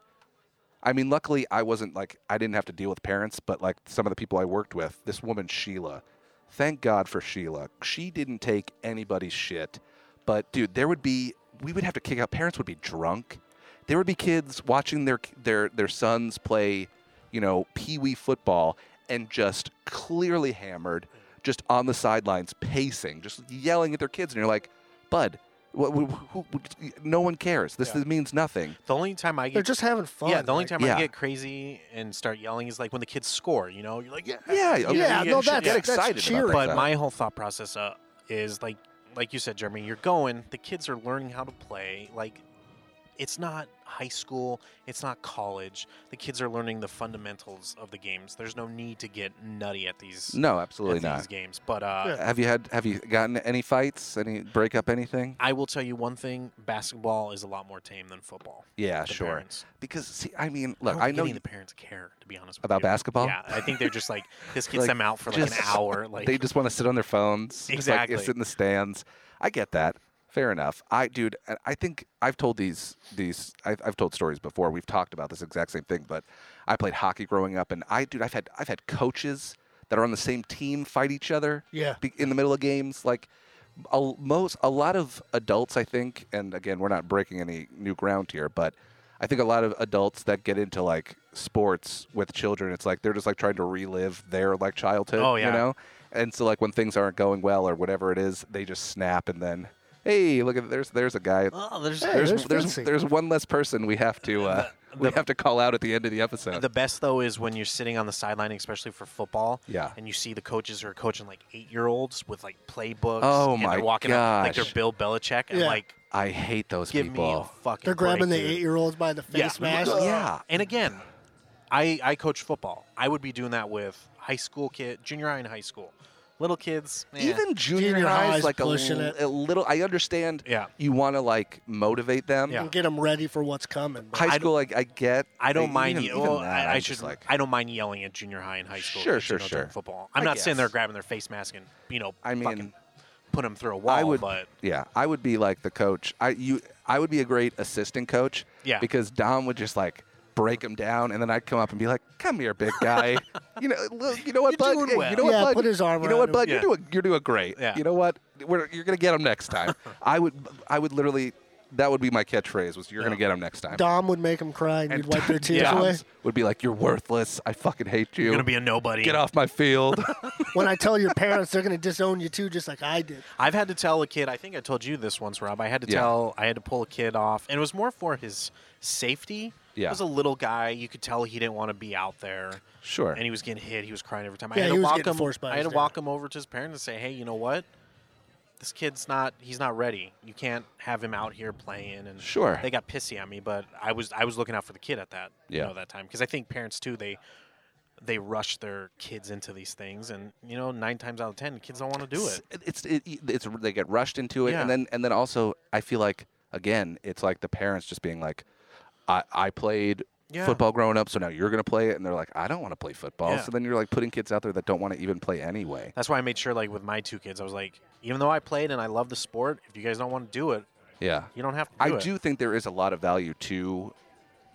Speaker 6: I mean, luckily I wasn't like I didn't have to deal with parents, but like some of the people I worked with, this woman Sheila, thank God for Sheila. She didn't take anybody's shit. But dude, there would be we would have to kick out parents would be drunk. There would be kids watching their their their sons play, you know, pee-wee football and just clearly hammered, just on the sidelines pacing, just yelling at their kids and you're like, "Bud, What, who, who, who- no one cares. This
Speaker 8: Yeah.
Speaker 6: means nothing.
Speaker 8: The only time I
Speaker 7: They're
Speaker 8: get
Speaker 7: just having fun.
Speaker 8: yeah, the only
Speaker 7: like-
Speaker 8: time
Speaker 6: Yeah.
Speaker 8: I get crazy and start yelling is like when the kids score. You know, you're like, yeah.
Speaker 6: Yeah, yeah,
Speaker 7: Yeah,
Speaker 6: you
Speaker 7: no,
Speaker 6: should
Speaker 7: that's,
Speaker 6: get
Speaker 7: that's
Speaker 6: excited about
Speaker 7: cheering.
Speaker 6: that.
Speaker 8: But my whole thought process uh, is like, like you said, Jeremy, you're going. The kids are learning how to play. Like, it's not high school. It's not college. The kids are learning the fundamentals of the games. There's no need to get nutty at these
Speaker 6: No,
Speaker 8: at
Speaker 6: absolutely
Speaker 8: these
Speaker 6: not.
Speaker 8: games. But uh,
Speaker 7: Yeah.
Speaker 6: Have you had? Have you gotten any fights? Any break up? Anything?
Speaker 8: I will tell you one thing: basketball is a lot more tame than football.
Speaker 6: Yeah,
Speaker 8: The
Speaker 6: sure.
Speaker 8: parents.
Speaker 6: Because see, I mean, look,
Speaker 8: I, don't
Speaker 6: I,
Speaker 8: think
Speaker 6: know
Speaker 8: any of
Speaker 6: you-
Speaker 8: the parents care to be honest with
Speaker 6: about
Speaker 8: you.
Speaker 6: basketball.
Speaker 8: Yeah, I think they're just like this gets
Speaker 6: Like,
Speaker 8: them out for like an
Speaker 6: just-
Speaker 8: hour. Like
Speaker 6: they just want to sit on their phones. Just like,
Speaker 8: Exactly.
Speaker 6: sit in the stands. I get that. Fair enough. I, dude, I- I think I've told these these I've, I've told stories before. We've talked about this exact same thing. But I played hockey growing up, and I, dude, I've had I've had coaches that are on the same team fight each other.
Speaker 7: Yeah.
Speaker 6: be- In the middle of games, like a, most a lot of adults, I think, and again, we're not breaking any new ground here, but I think a lot of adults that get into like sports with children, it's like they're just like trying to relive their like childhood.
Speaker 8: Oh,
Speaker 6: You
Speaker 8: yeah.
Speaker 6: know? And so like when things aren't going well or whatever it is, they just snap and then hey, look at there's there's a guy.
Speaker 8: oh, there's,
Speaker 7: Hey,
Speaker 6: There's
Speaker 7: there's
Speaker 6: there's,
Speaker 7: Fitzy.
Speaker 6: there's one less person we have to uh, we have to call out at the end of the episode.
Speaker 8: The best though is when you're sitting on the sideline, especially for football.
Speaker 6: Yeah.
Speaker 8: And you see the coaches who are coaching like eight year olds with like playbooks.
Speaker 6: Oh,
Speaker 8: and
Speaker 6: my
Speaker 8: they're walking up like
Speaker 6: gosh.
Speaker 8: they're Bill Belichick and
Speaker 7: Yeah.
Speaker 8: like
Speaker 6: I hate those
Speaker 8: give me a
Speaker 6: people.
Speaker 8: fucking.
Speaker 7: They're grabbing
Speaker 8: break,
Speaker 7: the
Speaker 8: dude.
Speaker 7: eight year olds by the face
Speaker 8: Yeah.
Speaker 7: mask.
Speaker 6: yeah.
Speaker 8: And again, I I coach football. I would be doing that with high school kid, junior high and high school, little kids. eh.
Speaker 6: Even junior,
Speaker 7: Junior
Speaker 6: high
Speaker 7: high's
Speaker 6: is like a,
Speaker 7: pushing
Speaker 6: l-
Speaker 7: it.
Speaker 6: a little. I understand.
Speaker 8: Yeah.
Speaker 6: You want to like motivate them.
Speaker 8: Yeah.
Speaker 7: And get them ready for what's coming. but-
Speaker 6: High school, like I get.
Speaker 8: I don't
Speaker 6: e-
Speaker 8: mind.
Speaker 6: even-
Speaker 8: ye-
Speaker 6: even
Speaker 8: well,
Speaker 6: that,
Speaker 8: I, I
Speaker 6: I'm just
Speaker 8: should.
Speaker 6: Like,
Speaker 8: I don't mind yelling at junior high and high school.
Speaker 6: Sure,
Speaker 8: kids who
Speaker 6: sure,
Speaker 8: don't do
Speaker 6: sure.
Speaker 8: Football. I'm
Speaker 6: I
Speaker 8: not sitting there
Speaker 6: guess.
Speaker 8: grabbing their face mask and you know.
Speaker 6: I mean,
Speaker 8: fucking put them through a wall.
Speaker 6: I would,
Speaker 8: but
Speaker 6: yeah, I would be like the coach. I you, I would be a great assistant coach.
Speaker 8: Yeah.
Speaker 6: Because Dom would just like break him down, and then I'd come up and be like, "Come here, big guy. you know, look, you know what,
Speaker 8: You're
Speaker 6: bud?
Speaker 8: doing
Speaker 6: Hey, You
Speaker 8: well."
Speaker 6: know what,
Speaker 7: Yeah,
Speaker 6: bud?
Speaker 7: put his arm
Speaker 6: you know
Speaker 7: around
Speaker 6: what,
Speaker 7: him.
Speaker 6: bud?
Speaker 8: Yeah.
Speaker 6: You're doing, you're doing great.
Speaker 8: Yeah.
Speaker 6: You know what? We're, you're gonna get him next time. I would, I would literally, that would be my catchphrase was, "You're gonna get him next time."
Speaker 7: Dom would make them cry and,
Speaker 6: And
Speaker 7: you'd wipe their tears
Speaker 8: Dom's-
Speaker 7: away.
Speaker 6: would be like, "You're worthless. I fucking hate you.
Speaker 8: you're gonna be a nobody.
Speaker 6: Get off my field."
Speaker 7: When I tell your parents, they're going to disown you too, just like I did.
Speaker 8: I've had to tell a kid. I think I told you this once, Rob. I had to
Speaker 6: Yeah.
Speaker 8: tell. I had to pull a kid off, and it was more for his safety.
Speaker 6: Yeah.
Speaker 8: It was a little guy. You could tell he didn't want to be out there.
Speaker 6: Sure.
Speaker 8: And he was getting hit. He was crying every time.
Speaker 7: Yeah,
Speaker 8: I had
Speaker 7: he
Speaker 8: to
Speaker 7: was
Speaker 8: walk
Speaker 7: getting
Speaker 8: him.
Speaker 7: forced by
Speaker 8: I
Speaker 7: his
Speaker 8: had to
Speaker 7: dad.
Speaker 8: walk him over to his parents and say, "Hey, you know what? This kid's not. He's not ready. You can't have him out here playing." And
Speaker 6: Sure.
Speaker 8: they got pissy on me, but I was I was looking out for the kid at that.
Speaker 6: Yeah.
Speaker 8: You know, that time because I think parents too they. They rush their kids into these things, and you know, nine times out of ten, kids don't want to do it.
Speaker 6: It's it, it's they get rushed into it,
Speaker 8: Yeah.
Speaker 6: and then and then also I feel like again it's like the parents just being like, I I played
Speaker 8: Yeah.
Speaker 6: football growing up, so now you're gonna play it, and they're like, I don't want to play football.
Speaker 8: Yeah.
Speaker 6: So then you're like putting kids out there that don't want to even play anyway.
Speaker 8: That's why I made sure, like with my two kids, I was like, even though I played and I love the sport, if you guys don't want to do it,
Speaker 6: Yeah,
Speaker 8: you don't have to. Do
Speaker 6: I
Speaker 8: it.
Speaker 6: do think there is a lot of value to.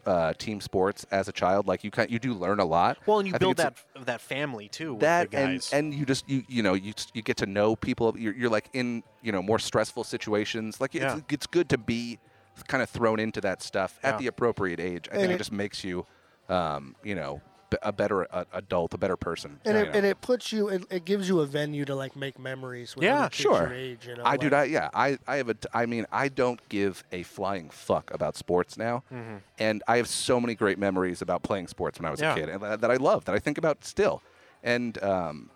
Speaker 6: Uh, team sports as a child, like you kind, you do learn a lot.
Speaker 8: Well, and you
Speaker 6: I think
Speaker 8: build
Speaker 6: it's a-
Speaker 8: that that family too. With
Speaker 6: that
Speaker 8: the guys.
Speaker 6: and and you just you you know you s- you get to know people you're, you're like in you know more stressful situations like
Speaker 8: Yeah.
Speaker 6: it's, it's good to be kind of thrown into that stuff at
Speaker 8: Yeah.
Speaker 6: the appropriate age i think
Speaker 7: And
Speaker 6: it,
Speaker 7: it-
Speaker 6: just makes you um you know b- a better uh adult a better person
Speaker 7: And,
Speaker 6: you
Speaker 7: it,
Speaker 6: know?
Speaker 7: and it puts you, it, it gives you a venue to like make memories with
Speaker 8: Yeah,
Speaker 7: other kids
Speaker 6: sure
Speaker 7: your age. You know,
Speaker 6: i do
Speaker 7: like-
Speaker 6: not yeah i i have a t- i mean i don't give a flying fuck about sports now
Speaker 7: Mm-hmm.
Speaker 6: and i have so many great memories about playing sports when i was
Speaker 8: Yeah.
Speaker 6: a kid and that, that i love that i think about still and um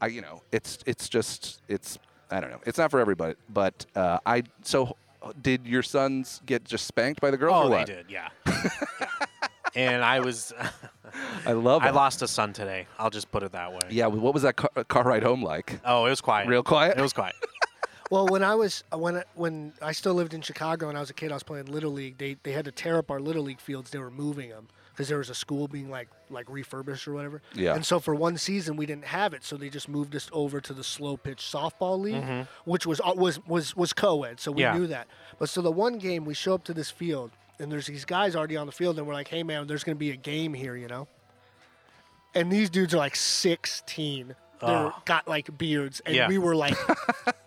Speaker 6: I you know it's it's just it's I don't know it's not for everybody but uh, I so did your sons get just spanked by the girls
Speaker 8: oh,
Speaker 6: or
Speaker 8: they did,
Speaker 6: what?
Speaker 8: yeah. Yeah. And I was,
Speaker 6: I love
Speaker 8: I
Speaker 6: it.
Speaker 8: lost a son today. I'll just put it that way.
Speaker 6: Yeah, well, what was that car, car ride home like?
Speaker 8: Oh, it was quiet.
Speaker 6: Real quiet?
Speaker 8: It was quiet.
Speaker 7: Well, when I was when I- when I still lived in Chicago and I was a kid, I was playing little league. They they had to tear up our little league fields. They were moving them because there was a school being like like refurbished or whatever.
Speaker 6: Yeah.
Speaker 7: And so for one season we didn't have it, so they just moved us over to the slow pitch softball league, which was uh, was was was co-ed, so
Speaker 8: Mm-hmm.
Speaker 7: we
Speaker 8: Yeah.
Speaker 7: knew that. But so the one game we show up to this field and there's these guys already on the field and we're like, hey man, there's gonna be a game here, you know. And these dudes are like 16. They're got like beards, and
Speaker 8: Yeah.
Speaker 7: we were like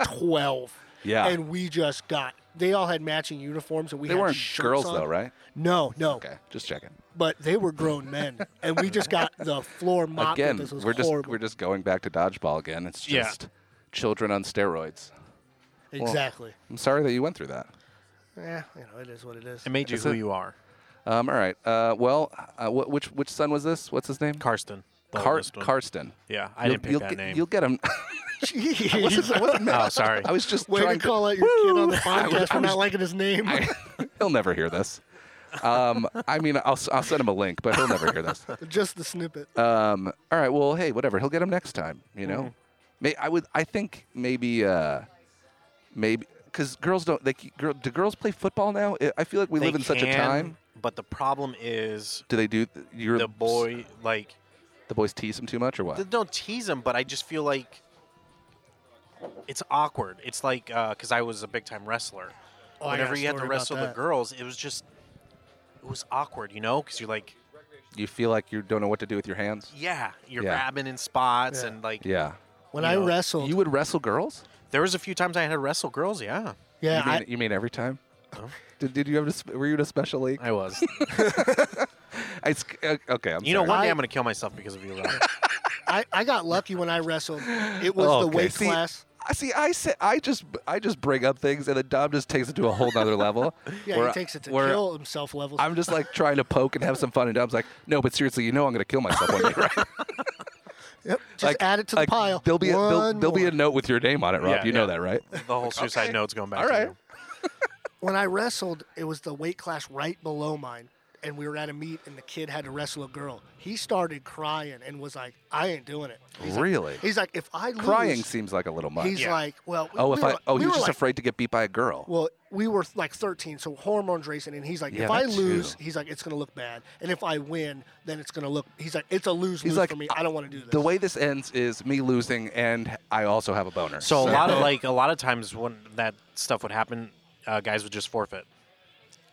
Speaker 7: 12.
Speaker 6: Yeah.
Speaker 7: And we just got, they all had matching uniforms and we
Speaker 6: They
Speaker 7: had
Speaker 6: weren't
Speaker 7: shirts
Speaker 6: girls
Speaker 7: on.
Speaker 6: though, right?
Speaker 7: No, no.
Speaker 6: Okay, just checking.
Speaker 7: But they were grown men. and we just got the floor mopped. with
Speaker 6: Again,
Speaker 7: this It was
Speaker 6: we're just
Speaker 7: horrible.
Speaker 6: we're just going back to dodgeball again. It's
Speaker 8: Yeah.
Speaker 6: just children on steroids.
Speaker 7: Exactly.
Speaker 6: I'm sorry that you went through that.
Speaker 7: yeah, you know, it is what it is.
Speaker 8: It made you
Speaker 6: Is
Speaker 8: who
Speaker 6: it?
Speaker 8: you are.
Speaker 6: Um, all right. Uh, well, uh, wh- which which son was this? What's his name?
Speaker 8: Karsten. the
Speaker 6: Car-
Speaker 8: oldest one.
Speaker 6: Karsten.
Speaker 8: Yeah, I
Speaker 6: You'll-
Speaker 8: didn't pick
Speaker 6: you'll
Speaker 8: that
Speaker 6: get,
Speaker 8: name.
Speaker 6: You'll get him.
Speaker 7: Jeez.
Speaker 6: I wasn't, I wasn't mad.
Speaker 8: Oh, sorry.
Speaker 6: I was just
Speaker 7: Way
Speaker 6: trying
Speaker 7: to call out your kid on the
Speaker 6: I was-
Speaker 7: podcast
Speaker 6: I
Speaker 7: for
Speaker 6: was-
Speaker 7: not liking his name.
Speaker 6: he'll never hear this. Um, I mean, I'll, s- I'll send him a link, but he'll never hear this.
Speaker 7: Just the snippet.
Speaker 6: Um, all right. Well, hey, whatever. He'll get him next time. You know,
Speaker 8: Mm-hmm.
Speaker 6: May, I would. I think maybe. Uh, maybe because girls don't. They, girl, do girls play football now? I- I feel like we
Speaker 8: They
Speaker 6: live in such a
Speaker 8: can,
Speaker 6: time.
Speaker 8: But the problem is
Speaker 6: Do they do? Your,
Speaker 8: the boy like
Speaker 6: The boys tease him too much, or what?
Speaker 8: th- don't tease him, but I just feel like it's awkward. It's like because I was a big time wrestler.
Speaker 7: Oh, I got
Speaker 8: Whenever
Speaker 7: a
Speaker 8: you had to
Speaker 7: story about
Speaker 8: wrestle the
Speaker 7: that.
Speaker 8: girls, it was just it was awkward, you know, because you're like,
Speaker 6: you feel like you don't know what to do with your hands.
Speaker 8: yeah, you're
Speaker 6: Yeah.
Speaker 8: grabbing in spots
Speaker 7: Yeah.
Speaker 8: and like
Speaker 6: Yeah.
Speaker 7: When
Speaker 8: you
Speaker 7: I
Speaker 8: know,
Speaker 7: wrestled,
Speaker 6: You would wrestle girls?
Speaker 8: there was a few times I had to wrestle girls. Yeah,
Speaker 7: yeah,
Speaker 6: you, mean,
Speaker 7: I,
Speaker 6: you mean every time? Did, did you have a, sp- were you in a special league?
Speaker 8: I was.
Speaker 6: I sc- uh, okay, I'm
Speaker 8: you know,
Speaker 6: sorry.
Speaker 8: one day
Speaker 7: I-
Speaker 8: I'm gonna kill myself because of you. Though.
Speaker 7: I, I got lucky when I wrestled. It was the
Speaker 6: Oh, okay.
Speaker 7: weight
Speaker 6: See,
Speaker 7: class.
Speaker 6: I see. I say I just I just bring up things, and then Dom just takes it to a whole nother level.
Speaker 7: Yeah,
Speaker 6: where-
Speaker 7: he takes it to
Speaker 6: where
Speaker 7: kill himself levels.
Speaker 6: I'm just like trying to poke and have some fun, and Dom's like, "No, but seriously, you know I'm gonna kill myself one day, right?
Speaker 7: yep, just
Speaker 6: Like-
Speaker 7: add it to
Speaker 6: like,
Speaker 7: the pile.
Speaker 6: There'll be a, there'll,
Speaker 7: One
Speaker 6: there'll be
Speaker 7: more.
Speaker 6: a note with your name on it, Rob.
Speaker 8: Yeah,
Speaker 6: you know
Speaker 8: yeah.
Speaker 6: that, right?
Speaker 8: The whole suicide note's going back.
Speaker 6: All
Speaker 8: to
Speaker 6: right.
Speaker 8: you.
Speaker 7: when I wrestled, it was the weight class right below mine, and we were at a meet, and the kid had to wrestle a girl. He started crying and was like, "I ain't doing it." He's like-
Speaker 6: Really?
Speaker 7: he's like, "If I lose,
Speaker 6: Crying seems like a little much.
Speaker 7: he's
Speaker 8: Yeah.
Speaker 7: like, "Well, we-
Speaker 6: oh,
Speaker 7: we
Speaker 6: if
Speaker 7: were
Speaker 6: I
Speaker 7: like-
Speaker 6: oh,
Speaker 7: we
Speaker 6: he was
Speaker 7: were
Speaker 6: just
Speaker 7: like,
Speaker 6: afraid to get beat by a girl.
Speaker 7: Well, we were like 13, so hormones racing, and he's like,
Speaker 6: Yeah,
Speaker 7: if I
Speaker 6: that
Speaker 7: lose,
Speaker 6: too.
Speaker 7: he's like, it's gonna look bad, and if I win, then it's gonna look. He's like, it's a lose
Speaker 6: He's
Speaker 7: lose
Speaker 6: like,
Speaker 7: for me. I don't want to do this.
Speaker 6: the way this ends is me losing, and I also have a boner.
Speaker 8: So a lot of like a lot of times when that stuff would happen, uh, guys would just forfeit.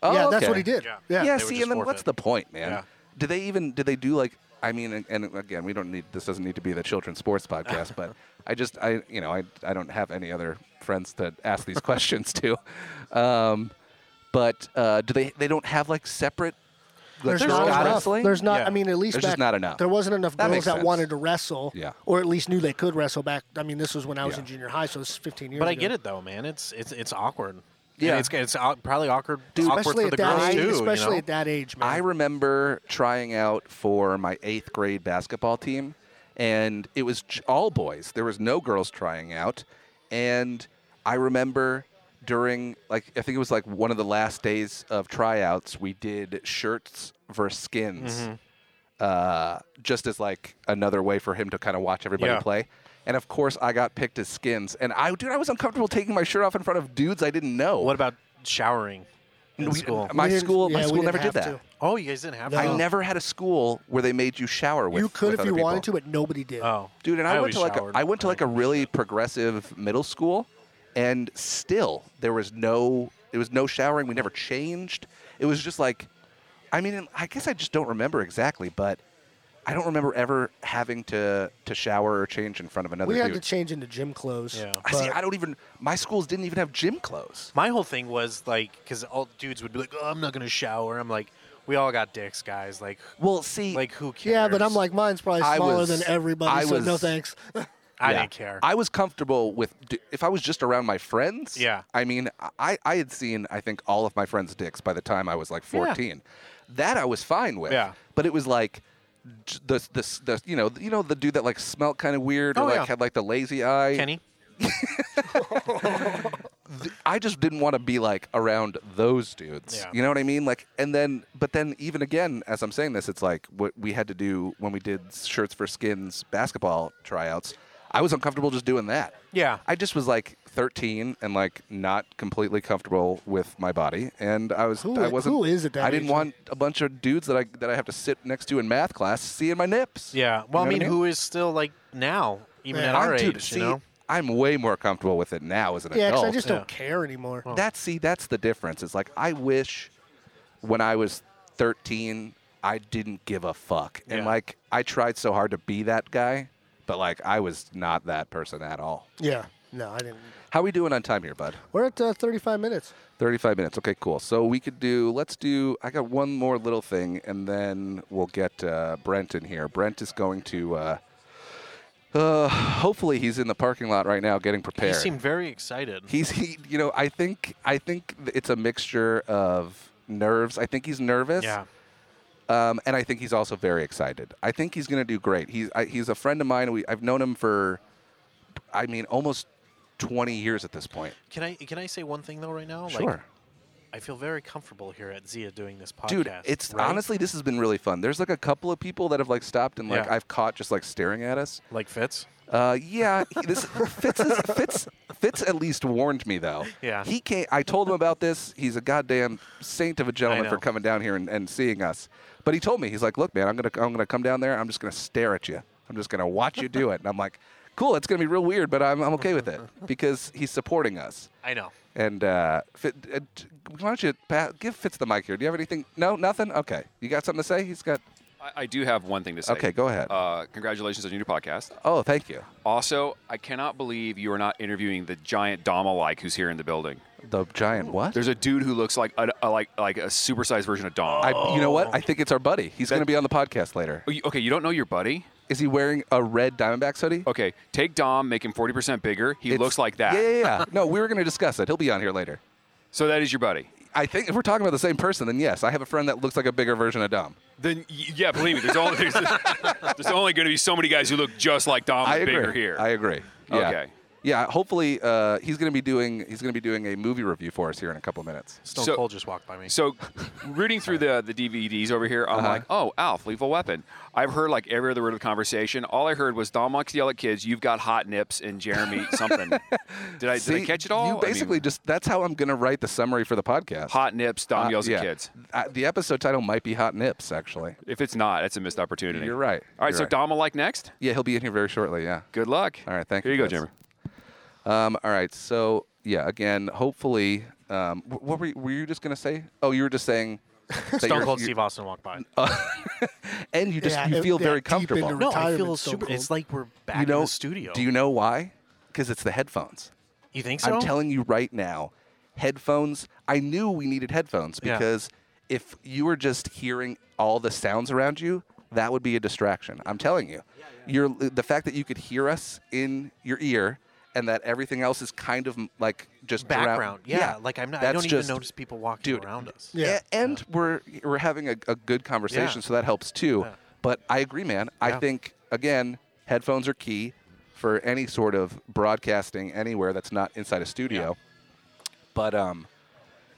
Speaker 6: Oh,
Speaker 7: yeah, that's
Speaker 6: okay.
Speaker 7: what he did.
Speaker 8: Yeah.
Speaker 7: Yeah,
Speaker 6: Yeah,
Speaker 8: They would
Speaker 6: see,
Speaker 8: just
Speaker 6: and then what's
Speaker 8: forfeit.
Speaker 6: the point, man?
Speaker 8: Yeah.
Speaker 6: Do they even do they do like I mean and, and again, we don't need this doesn't need to be the children's sports podcast, but I just I you know, I I don't have any other friends to ask these questions to. Um but uh, do they they don't have like separate like,
Speaker 7: There's
Speaker 6: girls
Speaker 7: not enough.
Speaker 6: wrestling?
Speaker 7: There's not.
Speaker 8: Yeah.
Speaker 7: I mean, at least
Speaker 6: There's
Speaker 7: back,
Speaker 6: just not enough.
Speaker 7: There wasn't enough
Speaker 6: That
Speaker 7: girls
Speaker 6: makes
Speaker 7: that
Speaker 6: sense.
Speaker 7: wanted to wrestle,
Speaker 6: Yeah.
Speaker 7: or at least knew they could wrestle. Back. I mean, this was when I was
Speaker 6: Yeah.
Speaker 7: in junior high, so it's 15 years.
Speaker 8: But I
Speaker 7: ago.
Speaker 8: get it though, man. It's it's it's awkward. And
Speaker 6: Yeah.
Speaker 8: it's it's au- probably awkward, awkward
Speaker 7: especially
Speaker 8: for
Speaker 7: at
Speaker 8: the
Speaker 7: that
Speaker 8: girls
Speaker 7: age.
Speaker 8: too.
Speaker 7: especially
Speaker 8: you know?
Speaker 7: at that age, man.
Speaker 6: I remember trying out for my eighth grade basketball team, and it was j- all boys. There was no girls trying out, and I remember during like I think it was like one of the last days of tryouts, we did shirts versus skins,
Speaker 8: Mm-hmm.
Speaker 6: uh, just as like another way for him to kind of watch everybody
Speaker 8: Yeah.
Speaker 6: play. And of course, I got picked as skins, and I dude, I was uncomfortable taking my shirt off in front of dudes I didn't know.
Speaker 8: What about showering in
Speaker 6: We-
Speaker 8: school?
Speaker 6: My
Speaker 7: We didn't-
Speaker 6: school, my
Speaker 7: yeah, we
Speaker 6: school
Speaker 7: didn't
Speaker 6: never did
Speaker 7: have
Speaker 6: that.
Speaker 7: to.
Speaker 8: oh, you guys didn't have
Speaker 7: No.
Speaker 8: that.
Speaker 6: I never had a school where they made you shower with.
Speaker 7: you could
Speaker 6: with
Speaker 7: if
Speaker 6: other
Speaker 7: you
Speaker 6: people.
Speaker 7: wanted to, but nobody did.
Speaker 8: Oh,
Speaker 6: Dude, and I, went
Speaker 8: always
Speaker 6: to like a,
Speaker 8: showered.
Speaker 6: I went to like a really progressive middle school, and still there was no there was no showering. We never changed. It was just like, I mean, I guess I just don't remember exactly, but I don't remember ever having to to shower or change in front of another
Speaker 7: we had
Speaker 6: dude.
Speaker 7: to change into gym clothes.
Speaker 8: Yeah.
Speaker 6: I see.
Speaker 7: but-
Speaker 6: I don't even. My schools didn't even have gym clothes.
Speaker 8: My whole thing was like because all dudes would be like, "Oh, I'm not gonna shower." I'm like, we all got dicks, guys. Like,
Speaker 6: Well, see,
Speaker 8: like who cares?
Speaker 7: Yeah, but I'm like, mine's probably
Speaker 6: I
Speaker 7: smaller
Speaker 6: was-
Speaker 7: than everybody,
Speaker 6: I
Speaker 7: so no
Speaker 6: was-
Speaker 7: thanks.
Speaker 8: I
Speaker 6: Yeah.
Speaker 8: didn't care.
Speaker 6: I was comfortable with d- if I was just around my friends.
Speaker 8: Yeah.
Speaker 6: I mean, I I had seen I think all of my friends' dicks by the time I was like 14. That I was fine with.
Speaker 8: Yeah.
Speaker 6: But it was like j- the the the you know you know the dude that like smelled kind of weird or
Speaker 8: Oh,
Speaker 6: like
Speaker 8: yeah.
Speaker 6: had like the lazy eye.
Speaker 8: Kenny.
Speaker 6: Th- I just didn't want to be like around those dudes.
Speaker 8: Yeah.
Speaker 6: You know what I mean? Like, and then, but then, even again, as I'm saying this, it's like what we had to do when we did shirts for skins basketball tryouts. I was uncomfortable just doing that.
Speaker 8: Yeah.
Speaker 6: I just was like 13 and like not completely comfortable with my body, and I was
Speaker 7: Who
Speaker 6: I
Speaker 7: i-
Speaker 6: wasn't.
Speaker 7: who is at that
Speaker 6: I didn't
Speaker 7: age?
Speaker 6: want a bunch of dudes that I that I have to sit next to in math class seeing my nips.
Speaker 8: Yeah. Well,
Speaker 6: You know what
Speaker 8: I mean, who is still like now, even
Speaker 7: Yeah.
Speaker 8: at our
Speaker 6: I'm,
Speaker 8: age?
Speaker 6: dude, see,
Speaker 8: you know.
Speaker 6: I'm way more comfortable with it now as an
Speaker 7: yeah, because
Speaker 6: adult.
Speaker 7: I just
Speaker 8: Yeah.
Speaker 7: don't care anymore.
Speaker 8: Oh.
Speaker 6: That see, that's the difference. It's like I wish when I was 13, I didn't give a fuck, and
Speaker 8: Yeah.
Speaker 6: like I tried so hard to be that guy, but like I was not that person at all.
Speaker 7: Yeah, no, I didn't.
Speaker 6: How we doing on time here, bud?
Speaker 7: We're at uh, 35 minutes.
Speaker 6: 35 minutes. Okay, cool. So we could do. Let's do. I got one more little thing, and then we'll get uh, Brent in here. Brent is going to. Uh, Uh, hopefully he's in the parking lot right now getting
Speaker 8: He
Speaker 6: prepared.
Speaker 8: seemed very excited.
Speaker 6: He's he, you know, I think I think th- it's a mixture of nerves. I think he's nervous.
Speaker 8: yeah.
Speaker 6: Um, and I think he's also very excited. I think he's going to do great. He's I, he's a friend of mine. We I've known him for, I mean, almost twenty years at this point.
Speaker 8: Can I can I say one thing though right now? Like
Speaker 6: Sure.
Speaker 8: I feel very comfortable here at Zia doing this podcast.
Speaker 6: Dude, it's
Speaker 8: right?
Speaker 6: honestly this has been really fun. There's like a couple of people that have like stopped and like
Speaker 8: Yeah.
Speaker 6: I've caught just like staring at us.
Speaker 8: like Fitz.
Speaker 6: Uh, yeah, he- this Fitz, is, Fitz Fitz at least warned me though.
Speaker 8: Yeah.
Speaker 6: he came. I told him about this. He's a goddamn saint of a gentleman for
Speaker 8: know.
Speaker 6: coming down here and, and seeing us. But he told me he's like, look, man, I'm gonna I'm gonna come down there. I'm just gonna stare at you. I'm just gonna watch you do it. And I'm like, cool. It's gonna be real weird, but I'm I'm okay with it because he's supporting us.
Speaker 8: I know.
Speaker 6: And uh, Fit, uh, t- why don't you pat, give Fitz the mic here? Do you have anything? No, nothing. Okay, you got something to say? He's got.
Speaker 2: I, I do have one thing to say.
Speaker 6: Okay, go ahead.
Speaker 2: Uh, congratulations on your new podcast.
Speaker 6: Oh, thank you.
Speaker 2: Also, I cannot believe you are not interviewing the giant Dom alike who's here in the building.
Speaker 6: The giant what?
Speaker 2: There's a dude who looks like a, a- like like a supersized version of Dom.
Speaker 6: I, you know what? I think it's our buddy. He's going to be on the podcast later.
Speaker 2: Oh, you- okay, you don't know your buddy.
Speaker 6: Is he wearing a red Diamondbacks hoodie?
Speaker 2: Okay, take Dom, make him 40% bigger. He
Speaker 6: It's-
Speaker 2: looks like that.
Speaker 6: Yeah, yeah, yeah. no, we were going to discuss it. He'll be on here later.
Speaker 2: So that is your buddy.
Speaker 6: I think if we're talking about the same person, then yes, I have a friend that looks like a bigger version of Dom.
Speaker 2: Then y- yeah, believe me, there's only there's, there's only going to be so many guys who look just like Dom
Speaker 6: I
Speaker 2: but
Speaker 6: agree.
Speaker 2: bigger here.
Speaker 6: I agree. Yeah.
Speaker 2: Okay.
Speaker 6: Yeah. Hopefully, uh, he's going to be doing he's going to be doing a movie review for us here in a couple minutes.
Speaker 8: Stone
Speaker 2: So-
Speaker 8: Cold just walked by me.
Speaker 2: So, rooting through the the DVDs over here,
Speaker 6: Uh-huh.
Speaker 2: I'm like, oh, Alf, Lethal Weapon. I've heard like every other word of the conversation. All I heard was Dom likes to yell at kids. You've got hot nips and Jeremy something. did I did I
Speaker 6: See,
Speaker 2: catch it all? I
Speaker 6: You
Speaker 2: mean,
Speaker 6: basically just that's how I'm going to write the summary for the podcast.
Speaker 2: hot nips. Dom
Speaker 6: Uh,
Speaker 2: yells
Speaker 6: yeah.
Speaker 2: at kids.
Speaker 6: Uh, the episode title might be Hot Nips, actually.
Speaker 2: If it's not, it's a missed opportunity.
Speaker 6: You're right.
Speaker 2: All right,
Speaker 6: You're
Speaker 2: so
Speaker 6: right.
Speaker 2: Dom alike next.
Speaker 6: Yeah, he'll be in here very shortly. Yeah.
Speaker 2: Good luck.
Speaker 6: All right, thank
Speaker 2: Here
Speaker 6: you,
Speaker 2: you go,
Speaker 6: Chris.
Speaker 2: Jeremy.
Speaker 6: Um, all right. So yeah, again, hopefully, um, wh- what were you, were you just gonna say? Oh, you were just saying. that
Speaker 8: Stone
Speaker 6: you're- Uh,
Speaker 8: Cold
Speaker 6: you-
Speaker 8: Steve Austin walked by.
Speaker 6: And you just
Speaker 7: Yeah,
Speaker 6: you
Speaker 7: it-
Speaker 6: feel
Speaker 7: yeah,
Speaker 6: very
Speaker 7: deep into
Speaker 6: comfortable.
Speaker 7: re-
Speaker 8: no, I feel
Speaker 7: retirement Stone
Speaker 8: super.
Speaker 7: Cold.
Speaker 8: It's like we're back
Speaker 6: you know,
Speaker 8: in the studio.
Speaker 6: Do you know why? Because it's the headphones.
Speaker 8: You think so?
Speaker 6: I'm telling you right now, headphones. I knew we needed headphones
Speaker 8: Yeah.
Speaker 6: because if you were just hearing all the sounds around you, that would be a distraction. I'm telling you. You're, the fact that you could hear us in your ear and that everything else is kind of m- like just drown-
Speaker 8: background. Yeah, like I'm not. I
Speaker 6: that's
Speaker 8: don't
Speaker 6: just-
Speaker 8: even notice people walking
Speaker 6: dude,
Speaker 8: around us.
Speaker 7: Yeah.
Speaker 6: A- and we're we're having a, a good conversation, so that helps too.
Speaker 8: Yeah.
Speaker 6: But I agree, man. I
Speaker 8: Yeah.
Speaker 6: think again, headphones are key for any sort of broadcasting anywhere that's not inside a studio. But um,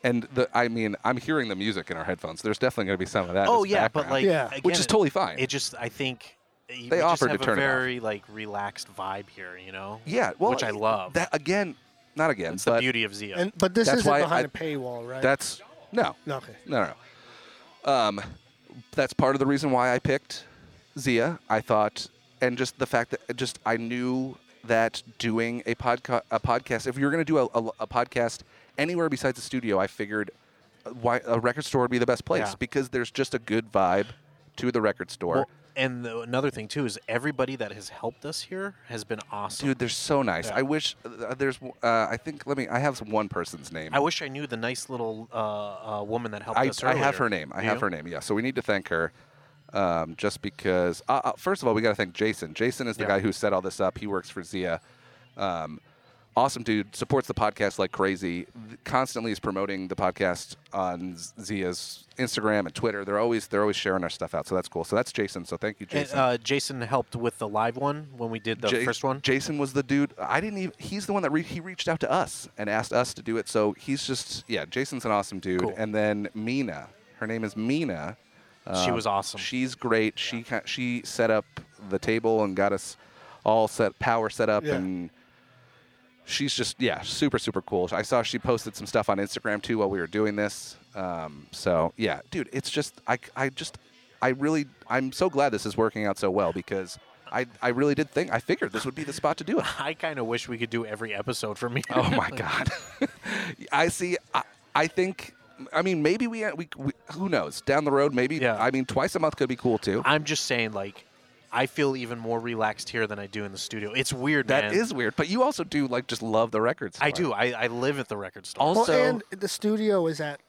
Speaker 6: and the I mean, I'm hearing the music in our headphones. There's definitely going to be some of that.
Speaker 8: Oh
Speaker 6: as
Speaker 8: yeah, but
Speaker 6: background.
Speaker 8: like,
Speaker 7: Yeah.
Speaker 8: again,
Speaker 6: Which is totally fine.
Speaker 8: It just, I think, they
Speaker 6: They
Speaker 8: just
Speaker 6: offered to
Speaker 8: have
Speaker 6: turn
Speaker 8: a
Speaker 6: it off.
Speaker 8: very like relaxed vibe here. You know?
Speaker 6: yeah, well,
Speaker 8: which I love.
Speaker 6: That again, not again,
Speaker 8: That's
Speaker 6: but
Speaker 8: the beauty of Zia.
Speaker 7: And but this
Speaker 6: That's
Speaker 7: isn't
Speaker 6: why
Speaker 7: behind a
Speaker 6: I-
Speaker 7: paywall, right?
Speaker 6: that's no,
Speaker 7: okay.
Speaker 6: No, no, no. Um, that's part of the reason why I picked Zia. I thought, and just the fact that just I knew that doing a podca- a podcast, if you were going to do a, a, a podcast anywhere besides the studio, I figured uh, why a record store would be the best place
Speaker 8: Yeah.
Speaker 6: because there's just a good vibe to the record store.
Speaker 8: Well, and the, another thing too is everybody that has helped us here has been awesome.
Speaker 6: Dude, they're so nice. I wish uh, there's. Uh, I think. Let me. I have one person's name.
Speaker 8: I wish I knew the nice little uh, uh, woman that helped
Speaker 6: I,
Speaker 8: us.
Speaker 6: I have
Speaker 8: earlier.
Speaker 6: her name. I
Speaker 8: Do
Speaker 6: have
Speaker 8: you?
Speaker 6: her name. Yeah. So we need to thank her. Um, just because, uh, uh, first of all, we got to thank Jason. Jason is the
Speaker 8: Yeah.
Speaker 6: guy who set all this up. He works for Zia. Um, awesome dude. Supports the podcast like crazy. Th- Constantly is promoting the podcast on Z- Zia's Instagram and Twitter. They're always they're always sharing our stuff out. So that's cool. So that's Jason. So thank you,
Speaker 8: And,
Speaker 6: Jason.
Speaker 8: uh, Jason helped with the live one when we did the
Speaker 6: Ja-
Speaker 8: first one.
Speaker 6: Jason was the dude. I didn't even. He's the one that re- he reached out to us and asked us to do it. So he's just yeah. Jason's an awesome dude.
Speaker 8: Cool.
Speaker 6: And then Mina, her name is Mina.
Speaker 8: she
Speaker 6: Um,
Speaker 8: was awesome.
Speaker 6: She's great. She ki- she set up the table and got us all set power set up
Speaker 7: Yeah.
Speaker 6: and she's just yeah super super cool. I saw she posted some stuff on Instagram too while we were doing this. Um, so yeah, dude, it's just I I just I really I'm so glad this is working out so well because I I really did think I figured this would be the spot to do it.
Speaker 8: I kind of wish we could do every episode for me.
Speaker 6: Oh my god! I see. I, I think. I mean, maybe we, we we who knows down the road. Maybe
Speaker 8: Yeah.
Speaker 6: I mean, twice a month could be cool too.
Speaker 8: I'm just saying, like, I feel even more relaxed here than I do in the studio. It's weird, man.
Speaker 6: That is weird, but you also do like just love the records.
Speaker 8: I do. I, I live at the record store.
Speaker 6: Also-
Speaker 7: well, and the studio is at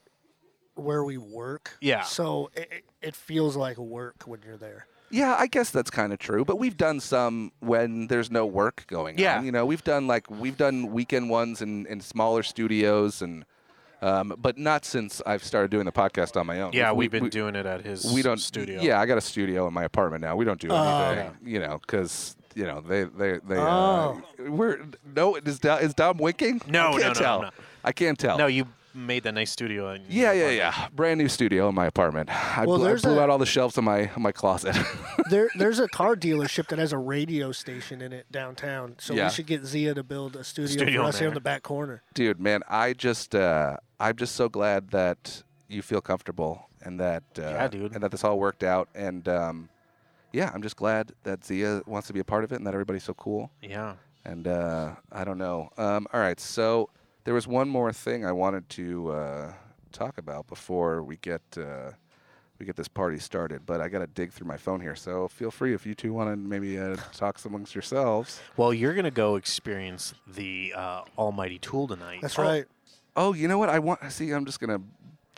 Speaker 7: where we work.
Speaker 8: Yeah.
Speaker 7: So it, it- it feels like work when you're there.
Speaker 6: Yeah, I guess that's kind of true. But we've done some when there's no work going
Speaker 8: Yeah.
Speaker 6: on. You know, we've done like we've done weekend ones in, in smaller studios and, um, but not since I've started doing the podcast on my own.
Speaker 8: Yeah,
Speaker 6: We-
Speaker 8: we've been
Speaker 6: we-
Speaker 8: doing it at his
Speaker 6: we don't
Speaker 8: studio. Oh,
Speaker 6: Yeah, I got a studio in my apartment now. We don't do anything. You know, because you know they they they.
Speaker 7: Oh.
Speaker 6: Uh, we're no. Is Dom, is Dom winking?
Speaker 8: No,
Speaker 6: I
Speaker 8: no,
Speaker 6: can't
Speaker 8: no,
Speaker 6: tell.
Speaker 8: no.
Speaker 6: I can't tell.
Speaker 8: No, you made that nice studio. And
Speaker 6: Yeah, yeah, yeah. Brand new studio in my apartment. I,
Speaker 7: Well,
Speaker 6: blew, I
Speaker 7: there's
Speaker 6: blew
Speaker 7: a-
Speaker 6: out all the shelves in my my closet.
Speaker 7: There, there's a car dealership that has a radio station in it downtown. So
Speaker 6: Yeah.
Speaker 7: we should get Zia to build a studio,
Speaker 8: Studio
Speaker 7: for us here
Speaker 8: there.
Speaker 7: in the back corner.
Speaker 6: Dude, man, I just uh, I'm just so glad that you feel comfortable and that uh,
Speaker 8: Yeah, dude.
Speaker 6: and that this all worked out and um, yeah, I'm just glad that Zia wants to be a part of it and that everybody's so cool.
Speaker 8: Yeah.
Speaker 6: And uh, I don't know. Um, all right, so there was one more thing I wanted to uh, talk about before we get uh, we get this party started, but I got to dig through my phone here. So feel free if you two want to maybe uh, talk amongst yourselves.
Speaker 8: Well, you're gonna go experience the uh, almighty tool tonight.
Speaker 7: That's right.
Speaker 6: Oh, you know what? I want. See, I'm just gonna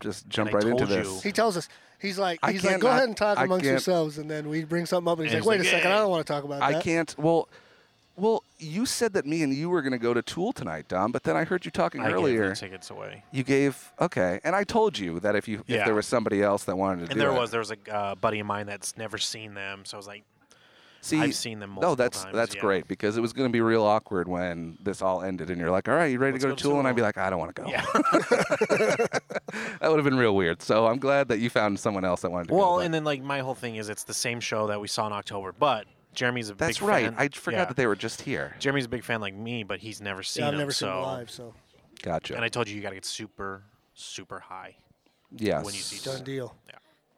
Speaker 6: just jump
Speaker 8: And I
Speaker 6: right into
Speaker 8: told you.
Speaker 6: this.
Speaker 7: He tells us. He's like,
Speaker 6: I
Speaker 7: he's like,
Speaker 6: can't-
Speaker 7: go
Speaker 6: I-
Speaker 7: ahead and talk
Speaker 6: I
Speaker 7: amongst
Speaker 6: can't-
Speaker 7: yourselves, and then we bring something up, and he's
Speaker 8: And
Speaker 7: like,
Speaker 8: he's like,
Speaker 7: wait a second, I
Speaker 8: "Eh."
Speaker 7: don't want to talk about
Speaker 6: I
Speaker 7: that.
Speaker 6: can't. Well, well, you said that me and you were gonna go to Tool tonight, Dom. But then I heard you talking
Speaker 8: I gave
Speaker 6: earlier.
Speaker 8: the tickets away,
Speaker 6: You gave okay, and I told you that if you if
Speaker 8: Yeah.
Speaker 6: there was somebody else that wanted to do
Speaker 8: and there
Speaker 6: it.
Speaker 8: was there was a uh, buddy of mine that's never seen them, so I was like,
Speaker 6: See,
Speaker 8: I've seen them
Speaker 6: No,
Speaker 8: multiple
Speaker 6: that's
Speaker 8: times,
Speaker 6: that's
Speaker 8: yeah.
Speaker 6: great because it was going to be real awkward when this all ended and you're like, "All right, you ready
Speaker 8: Let's
Speaker 6: to go, to Tool?" And I'd be like, "I don't want to go." that would have been real weird. So I'm glad that you found someone else that wanted to go.
Speaker 8: well,
Speaker 6: but-
Speaker 8: and then like my whole thing is it's the same show that we saw in October, but Jeremy's a
Speaker 6: that's
Speaker 8: big
Speaker 6: right.
Speaker 8: fan.
Speaker 6: I forgot
Speaker 8: yeah.
Speaker 6: that they were just here.
Speaker 8: Jeremy's a big fan like me, but he's never seen
Speaker 7: Yeah, I've
Speaker 8: them,
Speaker 7: never seen
Speaker 8: so-
Speaker 7: him live, so
Speaker 6: Gotcha.
Speaker 8: And I told you you gotta get super super high.
Speaker 6: yes.
Speaker 8: when you see
Speaker 7: done deal.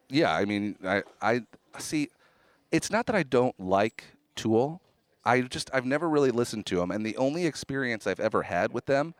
Speaker 6: yeah, I mean, I, I see. It's not that I don't like Tool. I just I've never really listened to them, and the only experience I've ever had with them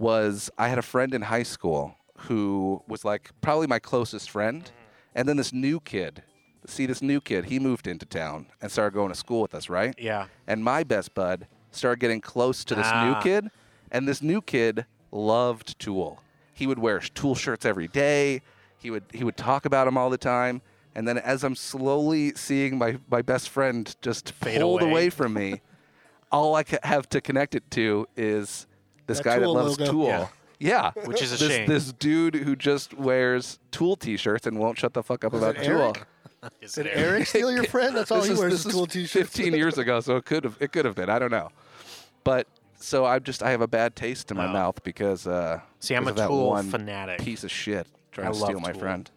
Speaker 6: was I had a friend in high school who was like probably my closest
Speaker 8: Mm-hmm.
Speaker 6: friend, and then this new kid. See this new kid, he moved into town and started going to school with us, right?
Speaker 8: Yeah.
Speaker 6: And my best bud started getting close to this
Speaker 8: Ah.
Speaker 6: new kid, and this new kid loved Tool. He would wear Tool shirts every day. He would he would talk about them all the time. And then as I'm slowly seeing my my best friend just
Speaker 8: Fade
Speaker 6: pulled
Speaker 8: away.
Speaker 6: away, from me, all I ca- have to connect it to is this
Speaker 7: That
Speaker 6: guy that
Speaker 7: Tool
Speaker 6: loves
Speaker 7: logo.
Speaker 6: Tool.
Speaker 8: Yeah.
Speaker 6: Yeah.
Speaker 8: Which is a
Speaker 6: this,
Speaker 8: shame.
Speaker 6: This dude who just wears Tool T-shirts and won't shut the fuck up about
Speaker 7: it
Speaker 6: Tool.
Speaker 7: Eric?
Speaker 8: Is
Speaker 7: Did
Speaker 8: it
Speaker 7: Eric steal your friend? That's all
Speaker 6: This
Speaker 7: he
Speaker 6: is-
Speaker 7: wears
Speaker 6: this
Speaker 7: is tool t-shirts.
Speaker 6: 15 years ago, so it could have it could have been. I don't know. But so I just I have a bad taste in my
Speaker 8: Oh.
Speaker 6: mouth because uh
Speaker 8: See, I'm
Speaker 6: because
Speaker 8: a
Speaker 6: of that
Speaker 8: Tool
Speaker 6: one
Speaker 8: fanatic.
Speaker 6: piece of shit trying
Speaker 8: I
Speaker 6: to
Speaker 8: love
Speaker 6: steal my
Speaker 8: Tool.
Speaker 6: friend.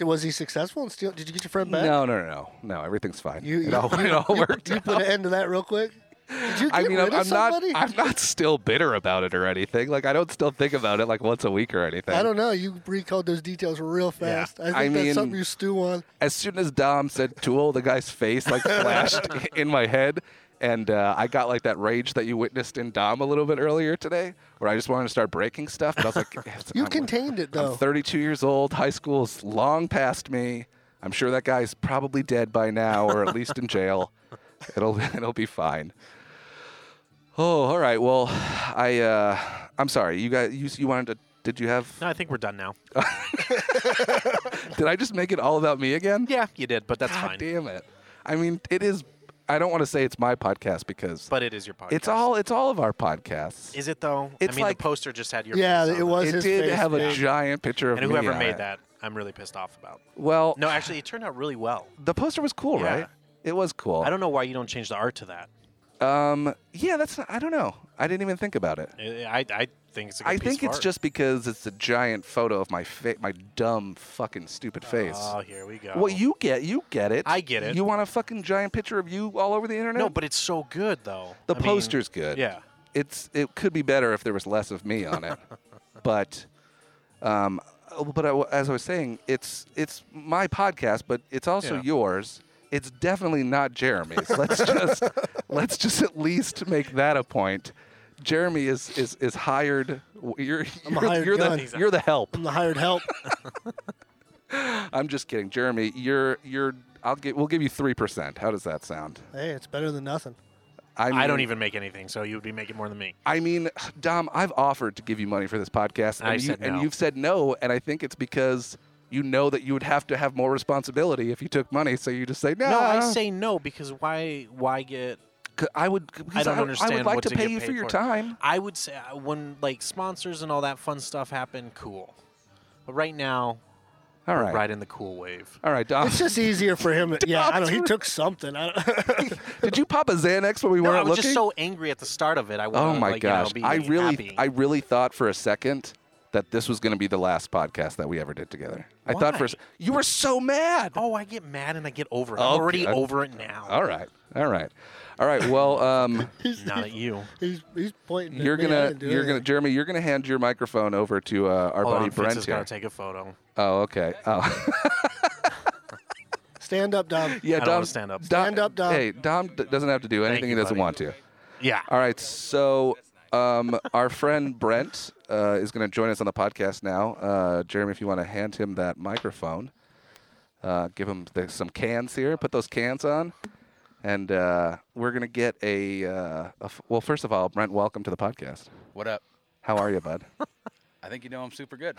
Speaker 7: Was he successful in stealing? Did you get your friend back?
Speaker 6: No, no, no, no, no. Everything's fine.
Speaker 7: You,
Speaker 6: it
Speaker 7: you-
Speaker 6: all,
Speaker 7: you-
Speaker 6: it all
Speaker 7: you-
Speaker 6: worked.
Speaker 7: You
Speaker 6: out.
Speaker 7: put an end to that real quick. Did you get
Speaker 6: I mean,
Speaker 7: rid
Speaker 6: I'm,
Speaker 7: of
Speaker 6: I'm not.
Speaker 7: somebody?
Speaker 6: I'm not still bitter about it or anything. Like I don't still think about it like once a week or anything.
Speaker 7: I don't know. You recalled those details real fast. I think
Speaker 6: I
Speaker 7: that's
Speaker 6: mean-
Speaker 7: something you stew on.
Speaker 6: as soon as Dom said Tool, the guy's face like flashed in my head. And uh, I got like that rage that you witnessed in Dom a little bit earlier today, where I just wanted to start breaking stuff. But I was like,
Speaker 7: You
Speaker 6: I'm-
Speaker 7: contained it
Speaker 6: I'm
Speaker 7: though.
Speaker 6: 32 years old. High school's long past me. I'm sure that guy's probably dead by now, or at least in jail. It'll it'll be fine. Oh, all right. Well, I uh, I'm sorry. You guys, you you wanted to? Did you have?
Speaker 8: No, I think we're done now.
Speaker 6: Did I just make it all about me again?
Speaker 8: Yeah, you did, but that's
Speaker 6: God
Speaker 8: fine.
Speaker 6: damn it. I mean, it is. I don't want to say it's my podcast because
Speaker 8: But it is your podcast.
Speaker 6: it's all it's all of our podcasts.
Speaker 8: Is it though?
Speaker 6: It's
Speaker 8: I mean,
Speaker 6: like-
Speaker 8: the poster just had your
Speaker 7: Yeah,
Speaker 8: face on
Speaker 7: it was
Speaker 6: it
Speaker 7: his
Speaker 6: did
Speaker 7: face,
Speaker 6: have a
Speaker 7: man.
Speaker 6: giant picture of
Speaker 8: And
Speaker 6: me
Speaker 8: whoever
Speaker 6: on
Speaker 8: made
Speaker 6: it.
Speaker 8: that, I'm really pissed off about.
Speaker 6: Well,
Speaker 8: No, actually, it turned out really well.
Speaker 6: the poster was cool,
Speaker 8: Yeah.
Speaker 6: right? It was cool.
Speaker 8: I don't know why you don't change the art to that.
Speaker 6: um, yeah, that's not, I don't know. I didn't even think about it.
Speaker 8: I, I I think it's. A good
Speaker 6: I
Speaker 8: piece
Speaker 6: think
Speaker 8: of
Speaker 6: it's
Speaker 8: art.
Speaker 6: just because it's a giant photo of my fa- my dumb fucking stupid face.
Speaker 8: Oh, here we go.
Speaker 6: Well, you get you get it.
Speaker 8: I get it.
Speaker 6: You want a fucking giant picture of you all over the internet?
Speaker 8: No, but it's so good though.
Speaker 6: The
Speaker 8: I mean,
Speaker 6: poster's good.
Speaker 8: Yeah.
Speaker 6: It's it could be better if there was less of me on it, but um, oh, but I, as I was saying, it's it's my podcast, but it's also
Speaker 8: Yeah.
Speaker 6: yours. It's definitely not Jeremy's. Let's just let's just at least make that a point. Jeremy is is is hired. You're
Speaker 7: I'm a
Speaker 6: you're,
Speaker 7: hired
Speaker 6: you're
Speaker 7: gun.
Speaker 6: the you're the help.
Speaker 7: I'm the hired help.
Speaker 6: I'm just kidding, Jeremy. You're you're. I'll get. We'll give you three percent. How does that sound?
Speaker 7: hey, it's better than nothing.
Speaker 6: I,
Speaker 8: I don't
Speaker 6: mean-
Speaker 8: even make anything, so you would be making more than me.
Speaker 6: I mean, Dom, I've offered to give you money for this podcast, and,
Speaker 8: I
Speaker 6: you,
Speaker 8: said
Speaker 6: and
Speaker 8: no.
Speaker 6: you've said no. And I think it's because you know that you would have to have more responsibility if you took money. So you just say no.
Speaker 8: No, I say no because why? Why get?
Speaker 6: C- I would. because
Speaker 8: I don't
Speaker 6: I,
Speaker 8: understand.
Speaker 6: I would like
Speaker 8: what
Speaker 6: to pay
Speaker 8: get
Speaker 6: you for
Speaker 8: paid
Speaker 6: your time.
Speaker 8: I would say uh, when like sponsors and all that fun stuff happen, cool. But right now,
Speaker 6: All
Speaker 8: we're
Speaker 6: right.
Speaker 8: right in the cool wave.
Speaker 6: All right, Dom.
Speaker 7: It's just easier for him. to- yeah, I don't. He took something. I don't,
Speaker 6: Did you pop a Xanax when we
Speaker 8: No, I
Speaker 6: weren't
Speaker 8: was
Speaker 6: looking?
Speaker 8: just so angry at the start of it. I
Speaker 6: oh
Speaker 8: wanna,
Speaker 6: my
Speaker 8: like, you know,
Speaker 6: gosh!
Speaker 8: be
Speaker 6: I really,
Speaker 8: happy.
Speaker 6: I really thought for a second that this was going to be the last podcast that we ever did together. I thought for
Speaker 8: Why?
Speaker 6: a se- you were so mad.
Speaker 8: oh, I get mad and I get over it.
Speaker 6: Okay.
Speaker 8: I'm already over it now.
Speaker 6: All right, all right, all right. Well, um.
Speaker 8: Not at you.
Speaker 7: he's he's pointing. at
Speaker 6: You're
Speaker 7: me. I
Speaker 6: gonna,
Speaker 7: didn't do
Speaker 6: you're gonna,
Speaker 7: anything.
Speaker 6: Jeremy. You're gonna hand your microphone over to uh, our
Speaker 8: Hold
Speaker 6: buddy
Speaker 8: on, Fitz
Speaker 6: Brent
Speaker 8: is gonna
Speaker 6: here.
Speaker 8: take a photo.
Speaker 6: Oh, okay. Oh,
Speaker 7: stand up, Dom.
Speaker 6: yeah.
Speaker 8: I don't
Speaker 6: Dom,
Speaker 8: wanna stand up.
Speaker 7: Stand up, Dom.
Speaker 6: Hey, Dom d- doesn't have to do anything
Speaker 8: you,
Speaker 6: he doesn't
Speaker 8: buddy.
Speaker 6: want to.
Speaker 8: Yeah.
Speaker 6: All right. So, um, our friend Brent uh, is gonna join us on the podcast now. Uh, Jeremy, if you want to hand him that microphone, uh, give him the, some cans here. Put those cans on, and uh, we're gonna get a, uh, a f- well. First of all, Brent, welcome to the podcast.
Speaker 9: What up?
Speaker 6: How are you, bud?
Speaker 9: I think you know I'm super good.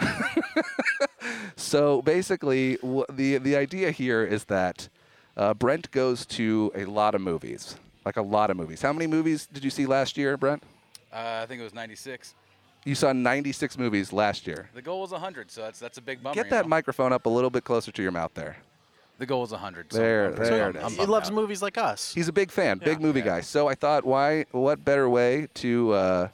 Speaker 6: So basically, w- the the idea here is that uh, Brent goes to a lot of movies, like a lot of movies. How many movies did you see last year, Brent?
Speaker 9: Uh, I think it was 96.
Speaker 6: You saw 96 movies last year.
Speaker 9: The goal was 100, so that's that's a big bummer.
Speaker 6: Get
Speaker 9: you
Speaker 6: that
Speaker 9: know?
Speaker 6: microphone up a little bit closer to your mouth there.
Speaker 9: The goal was 100. So
Speaker 6: There-
Speaker 9: I'm- I'm-
Speaker 6: there
Speaker 9: I'm-
Speaker 6: it is.
Speaker 9: I'm
Speaker 8: he
Speaker 9: bummed
Speaker 8: loves
Speaker 9: out.
Speaker 8: movies like us.
Speaker 6: He's a big fan, big movie guy. So I thought, why? What better way to uh,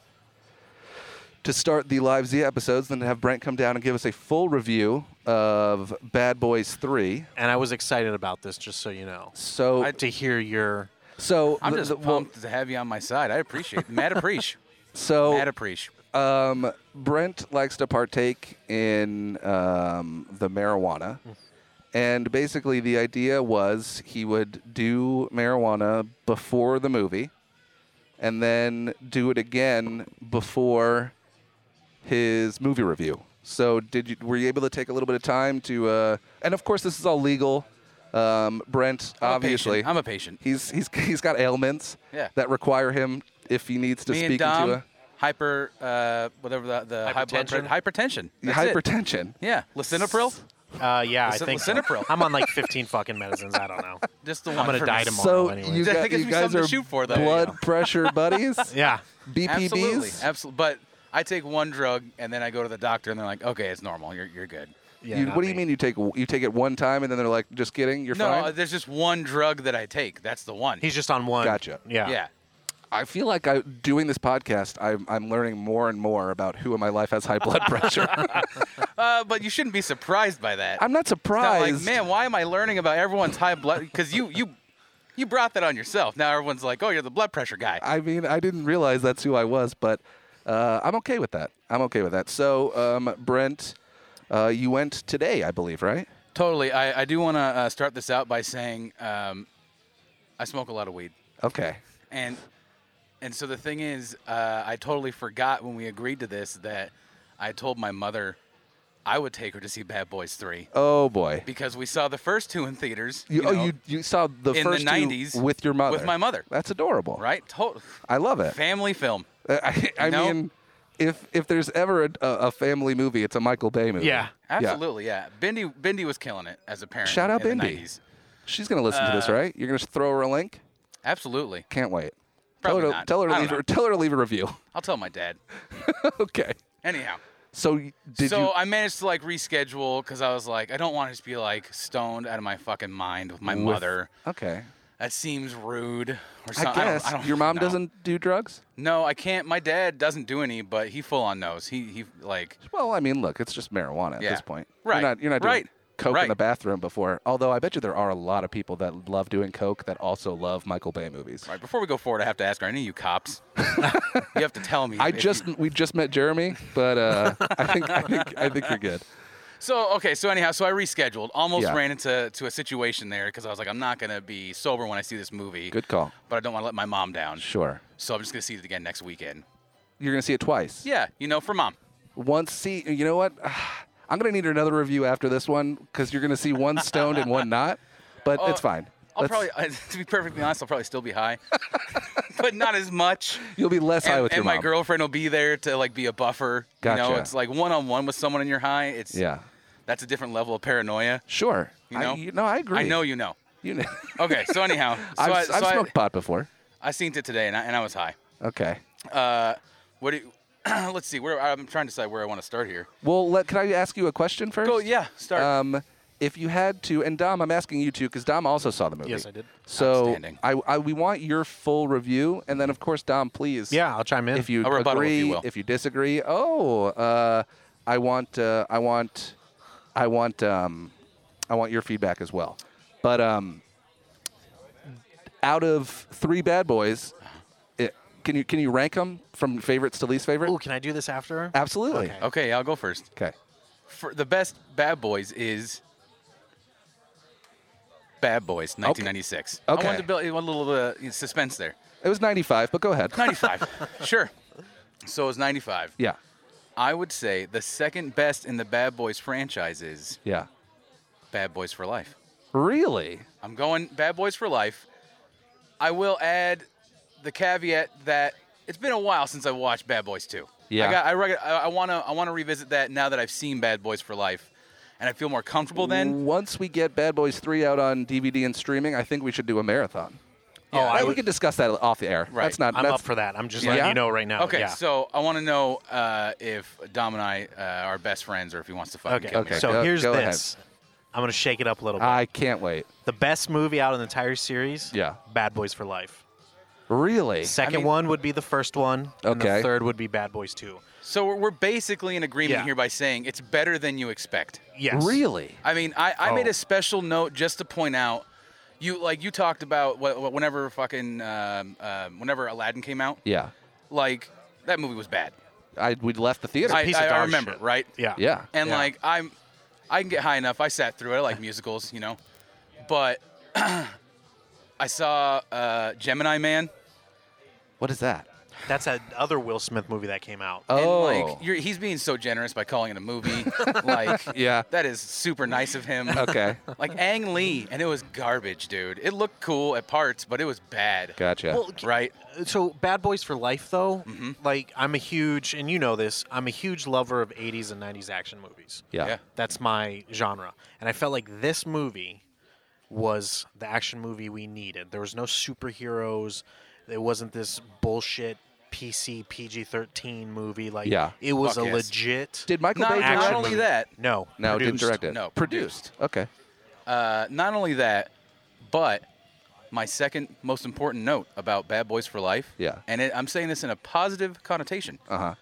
Speaker 6: to start the live Z episodes than to have Brent come down and give us a full review of Bad Boys 3?
Speaker 8: and I was excited about this, just so you know.
Speaker 6: So,
Speaker 9: I-
Speaker 8: To hear your
Speaker 6: so
Speaker 9: I'm
Speaker 6: the-
Speaker 9: just
Speaker 6: the- well,
Speaker 9: pumped to have you on my side. I appreciate Mad appreciate.
Speaker 6: so
Speaker 9: Mad appreciate.
Speaker 6: Um, Brent likes to partake in um, the marijuana. And basically, the idea was he would do marijuana before the movie and then do it again before his movie review. So, did you were you able to take a little bit of time to? Uh, and of course, this is all legal. Um, Brent,
Speaker 9: I'm a
Speaker 6: obviously,
Speaker 9: patient. I'm a patient.
Speaker 6: he's he's he's got ailments
Speaker 9: Yeah.
Speaker 6: that require him if he needs to
Speaker 9: Me and
Speaker 6: speak
Speaker 9: Dom,
Speaker 6: into a
Speaker 9: hyper, uh, whatever the, the high blood pressure, hypertension. That's it.
Speaker 6: hypertension.
Speaker 9: Yeah, lisinopril.
Speaker 8: Uh, yeah, I
Speaker 9: Listen-
Speaker 8: think so.
Speaker 9: lisinopril.
Speaker 8: I'm on like 15 fucking medicines. I don't know.
Speaker 9: Just the one.
Speaker 8: I'm gonna
Speaker 9: for
Speaker 8: die
Speaker 9: me.
Speaker 8: tomorrow.
Speaker 6: So
Speaker 8: anyway.
Speaker 6: you,
Speaker 9: That
Speaker 6: got,
Speaker 9: gives
Speaker 6: you
Speaker 9: me
Speaker 6: guys
Speaker 9: something
Speaker 6: are
Speaker 9: to shoot for, though.
Speaker 6: blood
Speaker 9: Yeah.
Speaker 6: pressure buddies,
Speaker 8: Yeah.
Speaker 6: BPBs.
Speaker 9: Absolutely, absolutely. But I take one drug and then I go to the doctor and they're like, "Okay, it's normal. You're you're good."
Speaker 8: yeah
Speaker 6: You-
Speaker 8: not
Speaker 6: what do you
Speaker 8: me.
Speaker 6: mean you take you take it one time and then they're like, just kidding, you're
Speaker 9: no,
Speaker 6: fine.
Speaker 9: there's just one drug that I take. That's the one.
Speaker 8: He's just on one.
Speaker 6: Gotcha.
Speaker 8: Yeah.
Speaker 9: yeah.
Speaker 6: I feel like I doing this podcast, I'm I'm learning more and more about who in my life has high blood pressure.
Speaker 9: Uh, but you shouldn't be surprised by that.
Speaker 6: I'm not
Speaker 9: It's not like,
Speaker 6: surprised.
Speaker 9: man, why am I learning about everyone's high blood? Because you you you brought that on yourself. Now everyone's like, oh, you're the blood pressure guy.
Speaker 6: I mean, I didn't realize that's who I was, but uh, I'm okay with that. I'm okay with that. So, um, Brent, uh, you went today, I believe, right?
Speaker 9: totally. I, I do want to uh, start this out by saying um, I smoke a lot of weed,
Speaker 6: Okay.
Speaker 9: and and so the thing is, uh, I totally forgot when we agreed to this that I told my mother I would take her to see Bad Boys Three
Speaker 6: Oh boy.
Speaker 9: because we saw the first two in theaters.
Speaker 6: You, oh,
Speaker 9: know,
Speaker 6: you you saw the
Speaker 9: in the
Speaker 6: first two
Speaker 9: 90s
Speaker 6: with your mother.
Speaker 9: with my mother.
Speaker 6: That's adorable.
Speaker 9: right? Totally.
Speaker 6: I love it.
Speaker 9: Family film.
Speaker 6: Uh, I, I
Speaker 9: You know?
Speaker 6: mean, if if there's ever a, a a family movie, it's a Michael Bay movie.
Speaker 8: Yeah.
Speaker 9: Absolutely, yeah. Bindi Bindi was killing it as a parent.
Speaker 6: Shout out
Speaker 9: in the
Speaker 6: Bindi.
Speaker 9: 90s.
Speaker 6: She's gonna listen to this, right? You're gonna just throw her a link.
Speaker 9: Absolutely.
Speaker 6: Can't wait.
Speaker 9: Probably
Speaker 6: tell her to,
Speaker 9: not.
Speaker 6: Tell
Speaker 9: I
Speaker 6: her to
Speaker 9: don't
Speaker 6: leave.
Speaker 9: know.
Speaker 6: Her, tell her to leave a review.
Speaker 9: I'll tell my dad.
Speaker 6: okay.
Speaker 9: Anyhow,
Speaker 6: So y- did
Speaker 9: so
Speaker 6: you?
Speaker 9: I managed to like reschedule because I was like, I don't want to just be like stoned out of my fucking mind with my
Speaker 6: With-
Speaker 9: mother.
Speaker 6: okay.
Speaker 9: That seems rude. Or
Speaker 6: I
Speaker 9: something.
Speaker 6: guess
Speaker 9: I don't,
Speaker 6: your mom
Speaker 9: know.
Speaker 6: doesn't do drugs.
Speaker 9: No, I can't. My dad doesn't do any, but he full on knows. He he like
Speaker 6: Well, I mean, look, it's just marijuana
Speaker 9: Yeah.
Speaker 6: at this point.
Speaker 9: Right.
Speaker 6: You're not, you're not doing
Speaker 9: Right.
Speaker 6: coke in
Speaker 9: Right.
Speaker 6: the bathroom before. Although I bet you there are a lot of people that love doing coke that also love Michael Bay movies.
Speaker 9: All right, before we go forward, I have to ask: Are any of you cops? you have to tell me.
Speaker 6: I
Speaker 9: if you-
Speaker 6: just we just met Jeremy, but uh, I think I think I think you're good.
Speaker 9: So okay, so anyhow, so I rescheduled. Almost
Speaker 6: Yeah.
Speaker 9: ran into to a situation there because I was like, I'm not gonna be sober when I see this movie.
Speaker 6: Good call.
Speaker 9: But I don't want to let my mom down.
Speaker 6: Sure.
Speaker 9: So I'm just gonna see it again next weekend.
Speaker 6: You're gonna see it twice.
Speaker 9: Yeah, you know, for mom.
Speaker 6: Once see, you know what? I'm gonna need another review after this one because you're gonna see one stoned and one not. But it's fine.
Speaker 9: Oh, I'll
Speaker 6: Let's-
Speaker 9: probably, to be perfectly honest, I'll probably still be high.
Speaker 6: but not as much.
Speaker 1: You'll be less high
Speaker 6: and,
Speaker 1: with
Speaker 6: and
Speaker 1: your
Speaker 6: my
Speaker 1: mom.
Speaker 6: girlfriend will be there to like be a buffer. You know,
Speaker 1: Gotcha.
Speaker 6: it's like one on one with someone in your high. It's
Speaker 1: Yeah.
Speaker 6: That's a different level of paranoia.
Speaker 1: Sure.
Speaker 6: You know?
Speaker 1: I, no, I agree.
Speaker 6: I know you know.
Speaker 1: You know.
Speaker 6: Okay, so anyhow, so
Speaker 1: I've,
Speaker 6: I,
Speaker 1: I've
Speaker 6: so I,
Speaker 1: smoked pot before.
Speaker 6: I seen it today, and I, and I was high.
Speaker 1: Okay.
Speaker 6: Uh, what do you? let's see. Where I'm trying to decide where I want to start here.
Speaker 1: Well, let, can I ask you a question first?
Speaker 6: Go, yeah, start.
Speaker 1: Um, if you had to, and Dom, I'm asking you too, because Dom also saw the movie.
Speaker 8: Yes, I did.
Speaker 1: So
Speaker 6: Outstanding.
Speaker 1: I, I, we want your full review, and then of course, Dom, please.
Speaker 8: Yeah, I'll chime in.
Speaker 1: If you
Speaker 6: A rebuttal, if
Speaker 1: agree,
Speaker 6: you will.
Speaker 1: disagree, oh, uh, I want, uh, I want, I want, um, I want your feedback as well. But um, out of three bad boys, it, can you can you rank them from favorites to least favorite?
Speaker 8: Ooh, can I do this after?
Speaker 1: Absolutely.
Speaker 8: Okay.
Speaker 6: Okay, I'll go first.
Speaker 1: Okay.
Speaker 6: For the best Bad Boys is Bad Boys, 1996.
Speaker 1: Okay.
Speaker 6: I wanted to build I wanted a little uh, suspense there.
Speaker 1: It was 95, but go ahead.
Speaker 6: 95. sure. So it's 95.
Speaker 1: Yeah.
Speaker 6: I would say the second best in the Bad Boys franchise is
Speaker 1: Yeah.
Speaker 6: Bad Boys for Life.
Speaker 1: Really?
Speaker 6: I'm going Bad Boys for Life. I will add the caveat that it's been a while since I watched Bad Boys 2.
Speaker 1: Yeah.
Speaker 6: I got I reg- I I want to I want to revisit that now that I've seen Bad Boys for Life and I feel more comfortable then.
Speaker 1: once we get Bad Boys 3 out on DVD and streaming, I think we should do a marathon.
Speaker 8: Oh, I
Speaker 1: Right, we
Speaker 8: would-
Speaker 1: can discuss that off the air.
Speaker 6: Right.
Speaker 1: That's not.
Speaker 8: I'm
Speaker 1: that's,
Speaker 8: up for that. I'm just
Speaker 1: Yeah.
Speaker 8: letting you know right now.
Speaker 6: Okay,
Speaker 8: Yeah.
Speaker 6: so I want to know uh, if Dom and I uh, are best friends or if he wants to fucking
Speaker 8: okay.
Speaker 6: kill me.
Speaker 8: So
Speaker 1: go-
Speaker 8: here's
Speaker 1: go ahead.
Speaker 8: this. I'm gonna shake it up a little
Speaker 6: Uh,
Speaker 8: bit.
Speaker 1: I can't wait.
Speaker 8: the best movie out of the entire series.
Speaker 1: Yeah.
Speaker 8: Bad Boys for Life.
Speaker 1: Really?
Speaker 8: Second
Speaker 6: mean-
Speaker 8: one would be the first one. And
Speaker 1: Okay.
Speaker 8: the third would be Bad Boys Two.
Speaker 6: So we're, we're basically in agreement
Speaker 8: Yeah.
Speaker 6: here by saying it's better than you expect.
Speaker 8: Yes.
Speaker 1: Really?
Speaker 6: I mean, I, I made
Speaker 8: Oh.
Speaker 6: a special note just to point out, you like you talked about wh- wh- whenever fucking um, um, whenever Aladdin came out,
Speaker 1: Yeah.
Speaker 6: like that movie was bad.
Speaker 1: I we left the theater.
Speaker 6: I,
Speaker 8: piece of
Speaker 6: I- I
Speaker 8: dog
Speaker 6: remember,
Speaker 8: shit.
Speaker 6: right?
Speaker 8: Yeah.
Speaker 1: yeah.
Speaker 6: And
Speaker 8: Yeah.
Speaker 6: like I'm, I can get high enough. I sat through it. I like musicals, you know, but I saw uh, Gemini Man.
Speaker 1: what is that?
Speaker 8: That's that other Will Smith movie that came out.
Speaker 1: oh.
Speaker 6: And like you're, he's being so generous by calling it a movie. like
Speaker 1: yeah.
Speaker 6: that is super nice of him.
Speaker 1: Okay.
Speaker 6: Like Ang Lee, and it was garbage, dude. It looked cool at parts, but it was bad.
Speaker 1: Gotcha.
Speaker 8: Well, c-
Speaker 6: Right?
Speaker 8: so Bad Boys for Life, though,
Speaker 1: Mm-hmm.
Speaker 8: like I'm a huge, and you know this, I'm a huge lover of 80s and 90s action movies.
Speaker 1: yeah.
Speaker 6: yeah.
Speaker 8: That's my genre. And I felt like this movie was the action movie we needed. There was no superheroes. It wasn't this bullshit PC PG 13 movie. Like,
Speaker 1: Yeah.
Speaker 8: it was
Speaker 6: Fuck
Speaker 8: a
Speaker 6: yes.
Speaker 8: legit.
Speaker 1: Did Michael
Speaker 6: Not,
Speaker 1: Bay
Speaker 6: not
Speaker 1: direct?
Speaker 6: only
Speaker 8: movie.
Speaker 6: that,
Speaker 8: no.
Speaker 1: No, didn't
Speaker 8: produced.
Speaker 1: direct it.
Speaker 6: No,
Speaker 1: produced. Okay.
Speaker 6: uh, not only that, but my second most important note about Bad Boys for Life.
Speaker 1: Yeah.
Speaker 6: And it, I'm saying this in a positive connotation.
Speaker 1: Uh huh.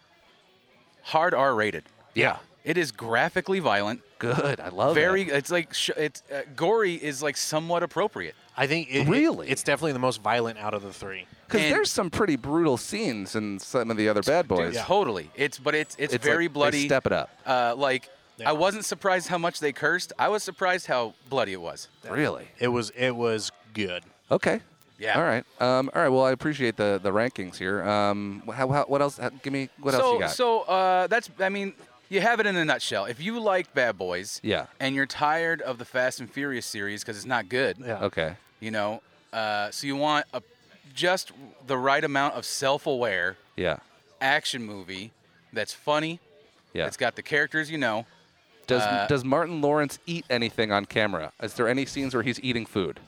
Speaker 6: Hard R rated.
Speaker 1: Yeah.
Speaker 6: It is graphically violent.
Speaker 1: Good. I love it.
Speaker 6: Very. It's like sh- it's uh, gory is like somewhat appropriate.
Speaker 8: I think it, it-
Speaker 1: Really?
Speaker 8: it's definitely the most violent out of the three.
Speaker 1: Because
Speaker 6: and-
Speaker 1: there's some pretty brutal scenes in some of the other Bad Boys.
Speaker 6: Dude, Totally. It's but it's it's,
Speaker 1: It's
Speaker 6: very
Speaker 1: like they
Speaker 6: bloody.
Speaker 1: step it up.
Speaker 6: Uh, like
Speaker 8: Yeah.
Speaker 6: I wasn't surprised how much they cursed. I was surprised how bloody it was.
Speaker 1: Really?
Speaker 8: It was it was good.
Speaker 1: Okay.
Speaker 6: Yeah.
Speaker 1: All right. Um, all right. Well, I appreciate the, the rankings here. Um, wh- how, how, what else? How, give me what
Speaker 6: so
Speaker 1: else you got.
Speaker 6: so uh, that's I mean you have it in a nutshell. If you like Bad Boys,
Speaker 1: Yeah.
Speaker 6: and you're tired of the Fast and Furious series because it's not good,
Speaker 8: Yeah.
Speaker 1: okay.
Speaker 6: you know, uh, so you want a just the right amount of self-aware
Speaker 1: Yeah.
Speaker 6: action movie that's funny.
Speaker 1: Yeah.
Speaker 6: It's got the characters you know.
Speaker 1: does
Speaker 6: uh,
Speaker 1: Does Martin Lawrence eat anything on camera? Is there any scenes where he's eating food?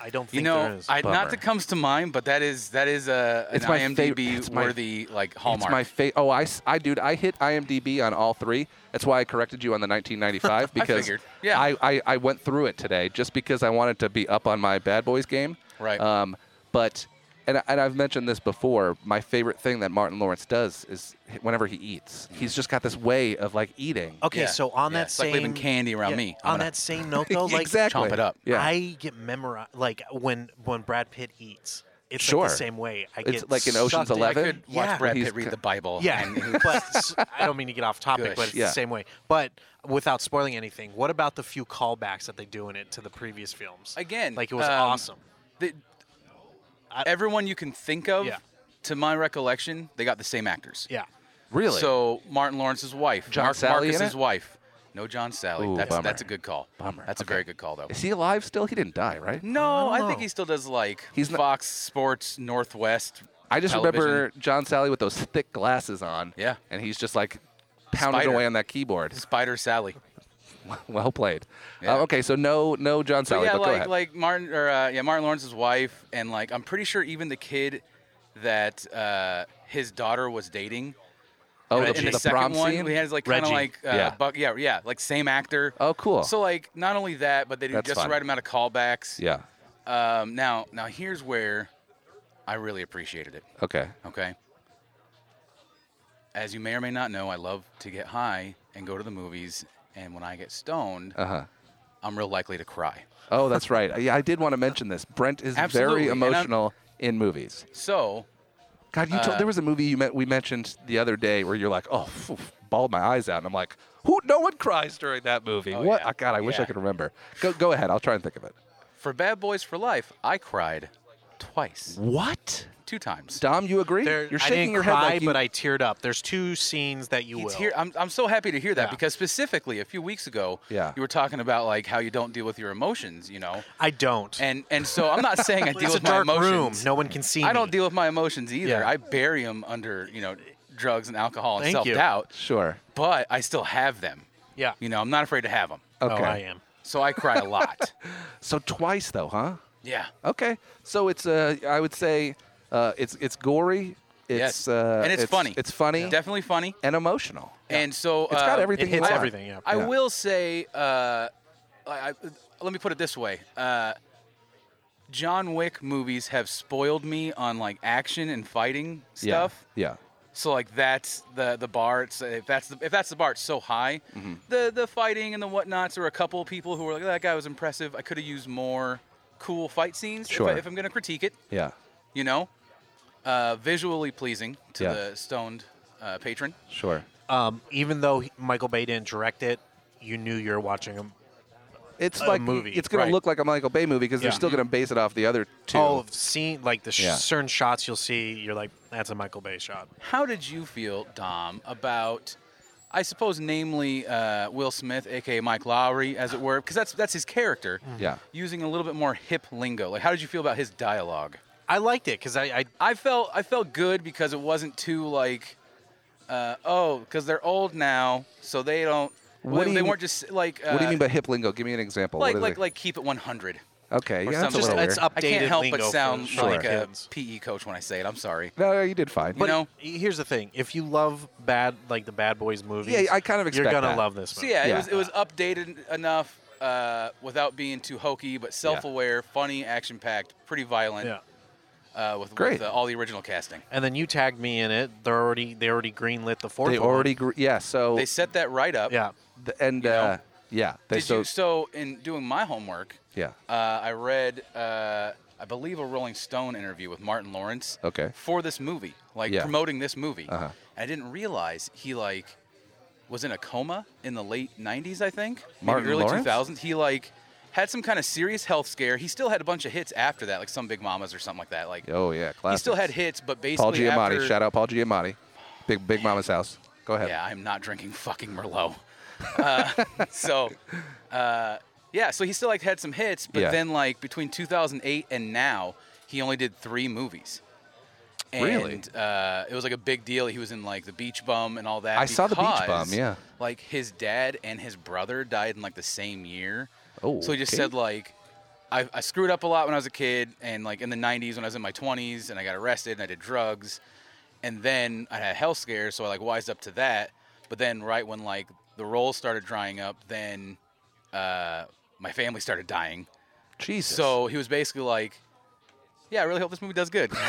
Speaker 8: I don't
Speaker 6: You
Speaker 8: think there
Speaker 6: know,
Speaker 8: is.
Speaker 6: I,
Speaker 1: Bummer.
Speaker 6: not that comes to mind, but that is that is a an
Speaker 1: It's my fav-
Speaker 6: IMDb
Speaker 1: it's my-
Speaker 6: worthy like hallmark.
Speaker 1: It's my favorite. Oh, I, s- I- dude, I hit IMDb on all three. That's why I corrected you on the 1995 because
Speaker 6: figured. Yeah.
Speaker 1: I, I, I went through it today just because I wanted to be up on my Bad Boys game.
Speaker 6: Right.
Speaker 1: Um, but and and I've mentioned this before. My favorite thing that Martin Lawrence does is whenever he eats, he's just got this way of like eating.
Speaker 8: Okay,
Speaker 6: Yeah,
Speaker 8: so on
Speaker 6: yeah,
Speaker 8: that
Speaker 6: it's
Speaker 8: same
Speaker 6: like leaving candy around
Speaker 8: yeah,
Speaker 6: me.
Speaker 8: On
Speaker 6: I'm gonna-
Speaker 8: that same note though, like
Speaker 1: exactly.
Speaker 6: chomp it up.
Speaker 1: Yeah.
Speaker 8: I get memorized like when when Brad Pitt eats. It's
Speaker 1: Sure.
Speaker 8: like the same way. I
Speaker 1: It's
Speaker 8: get
Speaker 1: like in Ocean's
Speaker 8: sucked in.
Speaker 6: I
Speaker 1: Eleven.
Speaker 6: could watch
Speaker 8: Yeah.
Speaker 6: Brad
Speaker 1: He's
Speaker 6: Pitt read
Speaker 1: ca-
Speaker 6: the Bible. and
Speaker 8: Yeah, but s- I don't mean to get off topic,
Speaker 6: Gush.
Speaker 8: but it's
Speaker 1: Yeah.
Speaker 8: the same way. But without spoiling anything, what about the few callbacks that they do in it to the previous films?
Speaker 6: Again,
Speaker 8: like it was
Speaker 6: um,
Speaker 8: awesome.
Speaker 6: the, everyone you can think of,
Speaker 8: Yeah.
Speaker 6: to my recollection, they got the same actors.
Speaker 8: Yeah,
Speaker 1: Really?
Speaker 6: So Martin Lawrence's wife,
Speaker 1: John
Speaker 6: Mark
Speaker 1: Sally in
Speaker 6: Marcus's
Speaker 1: it?
Speaker 6: wife. No, John Sally.
Speaker 1: Ooh,
Speaker 6: that's
Speaker 1: bummer.
Speaker 6: that's a good call.
Speaker 1: Bummer.
Speaker 6: That's
Speaker 1: Okay.
Speaker 6: a very good call though.
Speaker 1: is he alive still? He didn't die, right?
Speaker 6: No,
Speaker 8: I
Speaker 6: I,
Speaker 8: don't
Speaker 6: think
Speaker 8: know.
Speaker 6: he still does like
Speaker 1: He's not-
Speaker 6: Fox Sports Northwest
Speaker 1: I just remember
Speaker 6: television.
Speaker 1: John Sally with those thick glasses on.
Speaker 6: Yeah.
Speaker 1: And he's just like pounding
Speaker 6: Spider.
Speaker 1: away on that keyboard.
Speaker 6: Spider Sally.
Speaker 1: well played.
Speaker 6: Yeah.
Speaker 1: Uh, okay, so no, no John
Speaker 6: So
Speaker 1: Sally.
Speaker 6: yeah,
Speaker 1: but go
Speaker 6: like
Speaker 1: ahead.
Speaker 6: like Martin or uh, yeah Martin Lawrence's wife, and like I'm pretty sure even the kid that uh, his daughter was dating.
Speaker 1: oh,
Speaker 6: in
Speaker 1: the,
Speaker 6: in the,
Speaker 1: the
Speaker 6: second
Speaker 1: prom
Speaker 6: one,
Speaker 1: scene.
Speaker 6: we had like kind of
Speaker 8: Reggie.
Speaker 6: like uh,
Speaker 1: Yeah.
Speaker 6: Buck, yeah, yeah, like same actor.
Speaker 1: Oh, cool.
Speaker 6: So like not only that, but they do
Speaker 1: That's
Speaker 6: just the
Speaker 1: fun.
Speaker 6: right amount of callbacks.
Speaker 1: yeah.
Speaker 6: Um, now now here's where I really appreciated it.
Speaker 1: Okay.
Speaker 6: Okay. As you may or may not know, I love to get high and go to the movies, and when I get stoned,
Speaker 1: Uh huh.
Speaker 6: I'm real likely to cry.
Speaker 1: Oh, that's right. Yeah, I did want to mention this. Brent is
Speaker 6: Absolutely,
Speaker 1: very
Speaker 6: and I'm-
Speaker 1: emotional in movies.
Speaker 6: So uh,
Speaker 1: God, you told, there was a movie you met, we mentioned the other day where you're like, oh, phew, bawled my eyes out, and I'm like, who? No one cries during that movie.
Speaker 6: Oh,
Speaker 1: what?
Speaker 6: yeah.
Speaker 1: Ah, God, I wish I
Speaker 6: Yeah.
Speaker 1: could remember. Go, go ahead. I'll try and think of it.
Speaker 6: for Bad Boys for Life, I cried twice,
Speaker 1: What?
Speaker 6: two times.
Speaker 1: Dom, you agree?
Speaker 8: There,
Speaker 1: you're
Speaker 8: I
Speaker 1: shaking
Speaker 8: didn't
Speaker 1: your
Speaker 8: cry,
Speaker 1: head like you,
Speaker 8: but I teared up. There's two scenes that you
Speaker 6: You
Speaker 8: will.
Speaker 6: tear- I'm, I'm so happy to hear that
Speaker 8: Yeah.
Speaker 6: because specifically a few weeks ago,
Speaker 1: Yeah.
Speaker 6: you were talking about like how you don't deal with your emotions, you know,
Speaker 8: I don't.
Speaker 6: and and so I'm not saying I deal
Speaker 8: it's a
Speaker 6: with
Speaker 8: dark
Speaker 6: my
Speaker 8: room.
Speaker 6: emotions.
Speaker 8: No one can see.
Speaker 6: I don't
Speaker 8: me.
Speaker 6: deal with my emotions either.
Speaker 8: Yeah.
Speaker 6: I bury them under you know drugs and alcohol and
Speaker 8: Thank you.
Speaker 6: self-doubt,
Speaker 1: sure.
Speaker 6: but I still have them.
Speaker 8: Yeah.
Speaker 6: You know, I'm not afraid to have them.
Speaker 1: Okay.
Speaker 8: Oh, I am.
Speaker 6: So I cry a lot.
Speaker 1: So twice though, huh?
Speaker 6: yeah.
Speaker 1: Okay. So it's uh, I would say, uh, it's it's gory. It's
Speaker 6: yes.
Speaker 1: uh,
Speaker 6: and it's, funny.
Speaker 1: It's funny
Speaker 6: Definitely funny.
Speaker 1: and emotional.
Speaker 6: And so
Speaker 1: It's got
Speaker 6: uh,
Speaker 1: everything.
Speaker 8: It
Speaker 1: you
Speaker 8: hits
Speaker 1: want.
Speaker 8: everything. Yeah.
Speaker 6: I
Speaker 1: Yeah.
Speaker 6: will say, uh, I, I, let me put it this way: uh, John Wick movies have spoiled me on like action and fighting
Speaker 1: Yeah.
Speaker 6: stuff.
Speaker 1: Yeah.
Speaker 6: So like that's the the bar. It's, if that's the, if that's the bar, it's so high.
Speaker 1: Mm-hmm.
Speaker 6: The the fighting and the whatnots. There were a couple of people who were like, "Oh, "That guy was impressive. I could have used more cool fight scenes."
Speaker 1: Sure.
Speaker 6: If, I, if I'm gonna critique it,
Speaker 1: Yeah.
Speaker 6: you know, uh, visually pleasing to
Speaker 1: Yeah.
Speaker 6: the stoned uh, patron.
Speaker 1: Sure.
Speaker 8: Um, even though he- Michael Bay didn't direct it, you knew you were watching him.
Speaker 1: It's
Speaker 8: a
Speaker 1: like
Speaker 8: movie,
Speaker 1: It's gonna
Speaker 8: right.
Speaker 1: look like a Michael Bay movie because they're
Speaker 8: Yeah.
Speaker 1: still gonna base it off the other two.
Speaker 8: Oh, I've seen like the sh-
Speaker 1: Yeah.
Speaker 8: certain shots you'll see. You're like, that's a Michael Bay shot.
Speaker 6: How did you feel, Dom, about, I suppose, namely uh, Will Smith, aka Mike Lowry, as it were, because that's that's his character.
Speaker 1: Yeah.
Speaker 6: Using a little bit more hip lingo. Like, how did you feel about his dialogue?
Speaker 8: I liked it because I, I
Speaker 6: I felt I felt good because it wasn't too like, uh, oh, because they're old now, so they don't.
Speaker 1: What
Speaker 6: they,
Speaker 1: do
Speaker 6: they
Speaker 1: you-
Speaker 6: weren't just like. Uh,
Speaker 1: What do you mean by hip lingo? Give me an example.
Speaker 6: like
Speaker 1: What is
Speaker 6: like
Speaker 1: it?
Speaker 6: like keep it 100?
Speaker 1: Okay.
Speaker 6: or
Speaker 1: Yeah. That's a
Speaker 6: something.
Speaker 8: just
Speaker 1: little
Speaker 8: it's
Speaker 1: weird.
Speaker 8: updated.
Speaker 6: I can't help
Speaker 8: lingo
Speaker 6: but
Speaker 8: for-
Speaker 6: sound
Speaker 8: for
Speaker 6: like a
Speaker 8: kids.
Speaker 6: PE coach when I say it. I'm sorry.
Speaker 1: No, no, you did fine.
Speaker 6: you know?
Speaker 8: here's the thing: if you love bad, like the Bad Boys movies,
Speaker 1: Yeah, I kind of
Speaker 8: you're
Speaker 1: expect
Speaker 8: gonna
Speaker 1: that.
Speaker 8: love this.
Speaker 6: So
Speaker 8: Movie.
Speaker 6: yeah,
Speaker 1: Yeah.
Speaker 6: it was it was updated enough uh, without being too hokey, but self-aware, funny, action-packed, pretty violent.
Speaker 8: yeah.
Speaker 6: Uh, with,
Speaker 1: Great.
Speaker 6: with uh, all the original casting,
Speaker 8: And then you tagged me in it. They're already they already greenlit the fourth.
Speaker 1: they
Speaker 8: one.
Speaker 1: already. Gr- yeah. So.
Speaker 6: they set that right up.
Speaker 8: yeah.
Speaker 1: th- and uh, yeah. They
Speaker 6: Did
Speaker 1: so.
Speaker 6: you? So in doing my homework,
Speaker 1: yeah.
Speaker 6: uh, I read, uh, I believe, a Rolling Stone interview with Martin Lawrence.
Speaker 1: Okay.
Speaker 6: For this movie, like
Speaker 1: Yeah.
Speaker 6: promoting this movie,
Speaker 1: Uh-huh.
Speaker 6: and I didn't realize he like was in a coma in the late '90s, I think, maybe
Speaker 1: Martin
Speaker 6: early
Speaker 1: Lawrence?
Speaker 6: 2000s. He like had some kind of serious health scare. He still had a bunch of hits after that, like some Big Mamas or something like that. Like
Speaker 1: Oh yeah. Classic.
Speaker 6: he still had hits, but basically
Speaker 1: Paul Giamatti.
Speaker 6: after,
Speaker 1: Shout out Paul Giamatti. Big Big Mama's house. Go ahead.
Speaker 6: yeah, I'm not drinking fucking Merlot. Uh, so, uh, yeah, so he still like had some hits, but
Speaker 1: Yeah.
Speaker 6: then like between 2008 and now, he only did three movies. And,
Speaker 1: Really?
Speaker 6: Uh, it was like a big deal. He was in like The Beach Bum and all that.
Speaker 1: I saw The Beach Bum,
Speaker 6: because,
Speaker 1: yeah.
Speaker 6: Like his dad and his brother died in like the same year.
Speaker 1: Oh,
Speaker 6: So he just
Speaker 1: okay.
Speaker 6: said like. I, I screwed up a lot when I was a kid, and like in the 90s when I was in my 20s, and I got arrested and I did drugs, and then I had a health scare, so I like wised up to that. But then, right when like the rolls started drying up, then uh, my family started dying.
Speaker 1: Jesus.
Speaker 6: So he was basically like, "Yeah, I really hope this movie does good."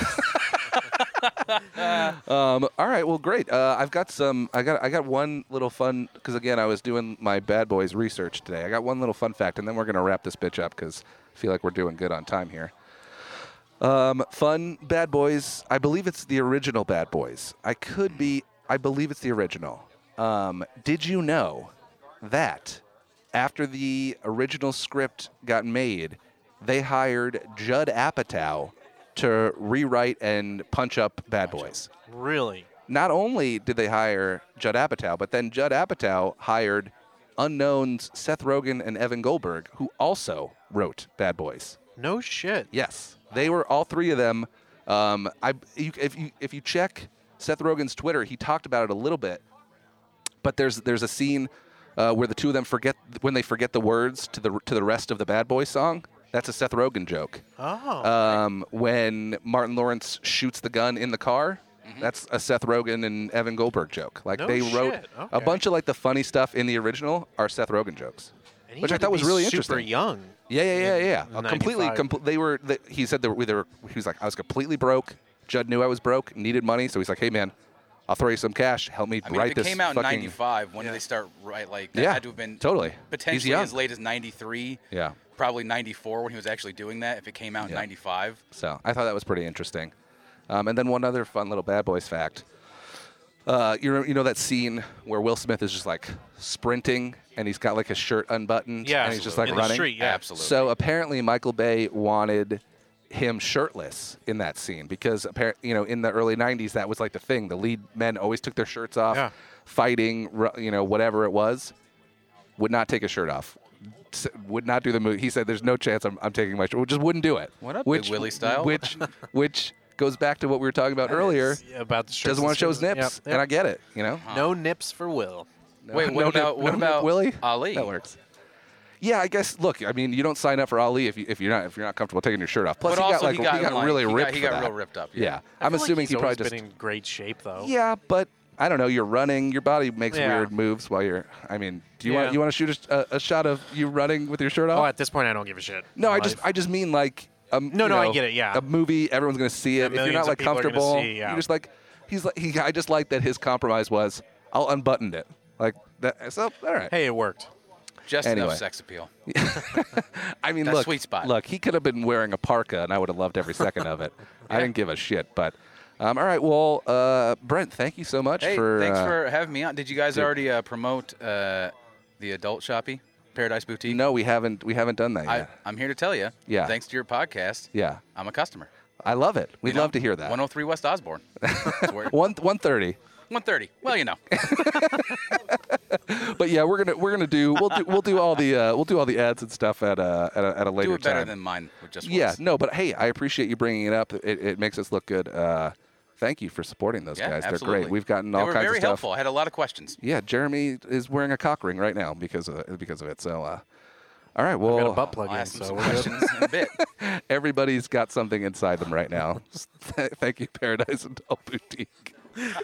Speaker 1: Um, all right. Well, great. Uh, I've got some. I got. I got one little fun because again, I was doing my Bad Boys research today. I got one little fun fact, and then we're gonna wrap this bitch up because I feel like we're doing good on time here. Um, fun Bad Boys. I believe it's the original Bad Boys. I could be. I believe it's the original. Um, did you know that after the original script got made, they hired Judd Apatow to rewrite and punch up Bad Boys?
Speaker 8: Really.
Speaker 1: not only did they hire Judd Apatow, but then Judd Apatow hired unknowns Seth Rogen and Evan Goldberg, who also wrote Bad Boys.
Speaker 8: No shit.
Speaker 1: Yes, they were all three of them
Speaker 6: Um, I you, if you if you check Seth Rogen's Twitter, he talked about it a little bit. But there's there's a scene uh, where the two of them forget when they forget the words to the to the rest of the Bad Boy song. That's a Seth Rogen joke.
Speaker 8: Oh.
Speaker 6: Um, when Martin Lawrence shoots the gun in the car, that's a Seth Rogen and Evan Goldberg joke. Like
Speaker 8: No
Speaker 6: they wrote
Speaker 8: shit.
Speaker 6: a
Speaker 8: Okay.
Speaker 6: bunch of like the funny stuff in the original are Seth Rogen jokes,
Speaker 8: And he
Speaker 6: which I
Speaker 8: had to
Speaker 6: thought was
Speaker 8: be
Speaker 6: really
Speaker 8: super
Speaker 6: interesting.
Speaker 8: young.
Speaker 6: Yeah, yeah, yeah,
Speaker 8: in
Speaker 6: yeah. Uh, completely,
Speaker 8: 95.
Speaker 6: compl- they were. They, he said they were, they were. He was like, I was completely broke. Judd knew I was broke, needed money, so he's like, Hey, man, I'll throw you some cash. Help me
Speaker 9: I mean,
Speaker 6: write
Speaker 9: if it
Speaker 6: this.
Speaker 9: came out in
Speaker 6: fucking-
Speaker 9: '95, when did they start right? Like that
Speaker 6: Yeah,
Speaker 9: had to have been
Speaker 6: totally. He's
Speaker 9: potentially
Speaker 6: young.
Speaker 9: as late as '93.
Speaker 6: Yeah.
Speaker 9: Probably '94 when he was actually doing that. If it came out in
Speaker 6: Yeah.
Speaker 9: '95,
Speaker 6: So I thought that was pretty interesting. Um, and then one other fun little bad boys fact. Uh, you, re- you know that scene where Will Smith is just like sprinting and he's got like his shirt unbuttoned
Speaker 8: Yeah,
Speaker 6: and he's just like
Speaker 8: in
Speaker 6: running.
Speaker 8: the street. Yeah,
Speaker 9: absolutely.
Speaker 6: So apparently Michael Bay wanted him shirtless in that scene because apparently you know in the early 90s that was like the thing. The lead men always took their shirts off,
Speaker 8: Yeah.
Speaker 6: fighting, ru- you know whatever it was. Would not take his shirt off. S- Would not do the movie. He said, "There's no chance I'm, I'm taking my shirt. Just wouldn't do it."
Speaker 9: What up, Big
Speaker 6: which,
Speaker 9: Willie style?
Speaker 6: Which which goes back to what we were talking about earlier.
Speaker 8: Yeah, about the shirts
Speaker 6: Doesn't want to
Speaker 8: and
Speaker 6: show his
Speaker 8: skirts.
Speaker 6: nips,
Speaker 8: Yep, yep.
Speaker 6: and I get it. You know.
Speaker 8: No nips for Will.
Speaker 9: Wait, what
Speaker 6: No nip-
Speaker 9: about
Speaker 6: no
Speaker 9: what
Speaker 6: nip
Speaker 9: about
Speaker 6: Willie?
Speaker 9: Ali?
Speaker 6: That works. Yeah, I guess. Look, I mean, you don't sign up for Ali if you if you're not if you're not comfortable taking your shirt off. Plus,
Speaker 9: But
Speaker 6: he got
Speaker 9: also
Speaker 6: like
Speaker 9: he got
Speaker 6: he got
Speaker 9: in line.
Speaker 6: really
Speaker 9: He got-
Speaker 6: ripped.
Speaker 9: he
Speaker 6: for
Speaker 9: got
Speaker 6: that.
Speaker 9: real ripped up,
Speaker 6: Yeah,
Speaker 9: yeah.
Speaker 8: I
Speaker 6: I'm
Speaker 8: feel like
Speaker 6: assuming
Speaker 8: he's
Speaker 6: he probably
Speaker 8: always
Speaker 6: just.
Speaker 8: been in great shape though.
Speaker 6: yeah, but I don't know. You're running. Your body makes
Speaker 8: Yeah.
Speaker 6: weird moves while you're. I mean, do you
Speaker 8: Yeah.
Speaker 6: want you want to shoot a, a, a shot of you running with your shirt off?
Speaker 8: Oh, at this point, I don't give a shit.
Speaker 6: No, I
Speaker 8: Like,
Speaker 6: just I just mean like um,
Speaker 8: No,
Speaker 6: you
Speaker 8: no, I
Speaker 6: know,
Speaker 8: get it, yeah.
Speaker 6: a movie everyone's gonna see it.
Speaker 8: Yeah,
Speaker 6: if you're
Speaker 8: millions
Speaker 6: not
Speaker 8: of
Speaker 6: like
Speaker 8: people are gonna
Speaker 6: comfortable,
Speaker 8: see, yeah.
Speaker 6: you're just like he's like he. I just like that his compromise was I'll unbutton it like that. So all right.
Speaker 8: hey, it worked.
Speaker 9: just
Speaker 6: Anyway.
Speaker 9: enough sex appeal.
Speaker 6: I mean,
Speaker 9: that
Speaker 6: look,
Speaker 9: sweet spot.
Speaker 6: Look, he could have been wearing a parka, and I would have loved every second of it. I didn't give a shit, but. Um, all right, well, uh, Brent, thank you so much
Speaker 9: Hey,
Speaker 6: for.
Speaker 9: thanks
Speaker 6: uh,
Speaker 9: for having me on. Did you guys already uh, promote uh, the adult shoppy Paradise Boutique?
Speaker 6: No, we haven't we haven't done that
Speaker 9: I,
Speaker 6: yet.
Speaker 9: I'm here to tell you.
Speaker 6: Yeah.
Speaker 9: Thanks to your podcast.
Speaker 6: Yeah,
Speaker 9: I'm a customer.
Speaker 6: I love it. We'd
Speaker 9: You know,
Speaker 6: love to hear that.
Speaker 9: 103 West Osborne. That's where-
Speaker 6: One one thirty.
Speaker 9: 130. Well, you know.
Speaker 6: But yeah, we're gonna we're gonna do we'll do we'll do all the uh, we'll do all the ads and stuff at a at a, at a later
Speaker 9: Do it better
Speaker 6: time.
Speaker 9: than mine. With just
Speaker 6: yeah,
Speaker 9: once.
Speaker 6: no, but hey, I appreciate you bringing it up. It, it makes us look good. Uh, thank you for supporting those
Speaker 9: Yeah,
Speaker 6: guys.
Speaker 9: absolutely.
Speaker 6: They're great. We've gotten
Speaker 9: They
Speaker 6: all
Speaker 9: were
Speaker 6: kinds
Speaker 9: very
Speaker 6: of stuff.
Speaker 9: helpful. I had a lot of questions.
Speaker 6: Yeah, Jeremy is wearing a cock ring right now because of because of it. So, uh, all right, well,
Speaker 8: Got a butt plug
Speaker 9: I'll
Speaker 8: in,
Speaker 9: ask them
Speaker 8: so
Speaker 9: some
Speaker 8: we're good.
Speaker 9: questions in a bit.
Speaker 6: everybody's got something inside them right now. Thank you, Paradise Adult Boutique.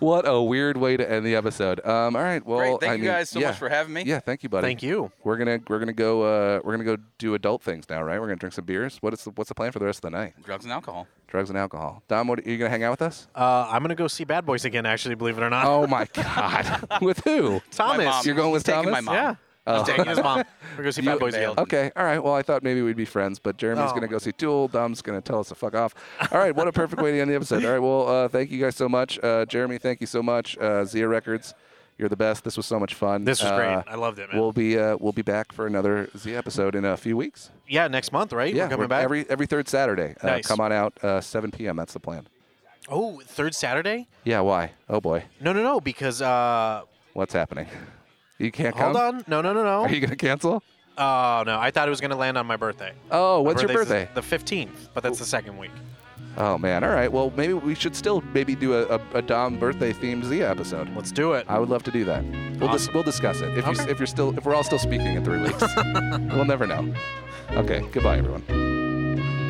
Speaker 6: what a weird way to end the episode. Um, all right, well,
Speaker 9: Great. Thank
Speaker 6: I
Speaker 9: you
Speaker 6: mean,
Speaker 9: guys so
Speaker 6: yeah.
Speaker 9: much for having me.
Speaker 6: Yeah, thank you, buddy.
Speaker 8: Thank you.
Speaker 6: We're gonna we're gonna go uh, we're gonna go do adult things now, right? We're gonna drink some beers. What is the, what's the plan for the rest of the night?
Speaker 9: Drugs and alcohol.
Speaker 6: Drugs and alcohol. Dom, what, are you gonna hang out with us?
Speaker 8: Uh, I'm gonna go see Bad Boys again. Actually, believe it or not.
Speaker 6: oh my god, with who?
Speaker 8: Thomas,
Speaker 9: mom.
Speaker 6: You're going with
Speaker 9: Taking
Speaker 6: Thomas?
Speaker 9: my mom.
Speaker 8: Yeah.
Speaker 6: Oh.
Speaker 8: He's taking his mom. We're gonna see Bad Boys again.
Speaker 9: bailed.
Speaker 6: Okay. All right. Well, I thought maybe we'd be friends, but Jeremy's
Speaker 8: Oh.
Speaker 6: going to go see Tool. Dom's going to tell us to fuck off. All right. What a perfect way to end the episode. All right. Well, uh, thank you guys so much. Uh, Jeremy, thank you so much. Uh, Zia Records, you're the best. This was so much fun.
Speaker 8: This was
Speaker 6: Uh,
Speaker 8: great. I loved it, man.
Speaker 6: We'll be uh, we'll be back for another Zia episode in a few weeks.
Speaker 8: yeah, next month, right?
Speaker 6: yeah,
Speaker 8: we're coming
Speaker 6: we're-
Speaker 8: back.
Speaker 6: every every third Saturday. Uh,
Speaker 8: Nice.
Speaker 6: Come on out, uh, 7 p.m. That's the plan.
Speaker 8: oh, third Saturday?
Speaker 6: Yeah. Why? Oh boy,
Speaker 8: No, no, no. Because uh,
Speaker 6: what's happening? You can't come.
Speaker 8: hold on. No, no, no, no.
Speaker 6: Are you going to cancel?
Speaker 8: Oh no, I thought it was gonna land on my birthday.
Speaker 6: Oh, what's your
Speaker 8: Birthday's
Speaker 6: birthday?
Speaker 8: The fifteenth, but that's the second week.
Speaker 6: Oh man! All right. Well, maybe we should still maybe do a, a, a Dom birthday themed Zia episode.
Speaker 8: Let's do it.
Speaker 6: I would love to do that. We'll dis-
Speaker 8: Awesome.
Speaker 6: we'll discuss it if you
Speaker 8: Okay.
Speaker 6: you if you're still if we're all still speaking in three weeks. we'll never know. Okay. Goodbye, everyone.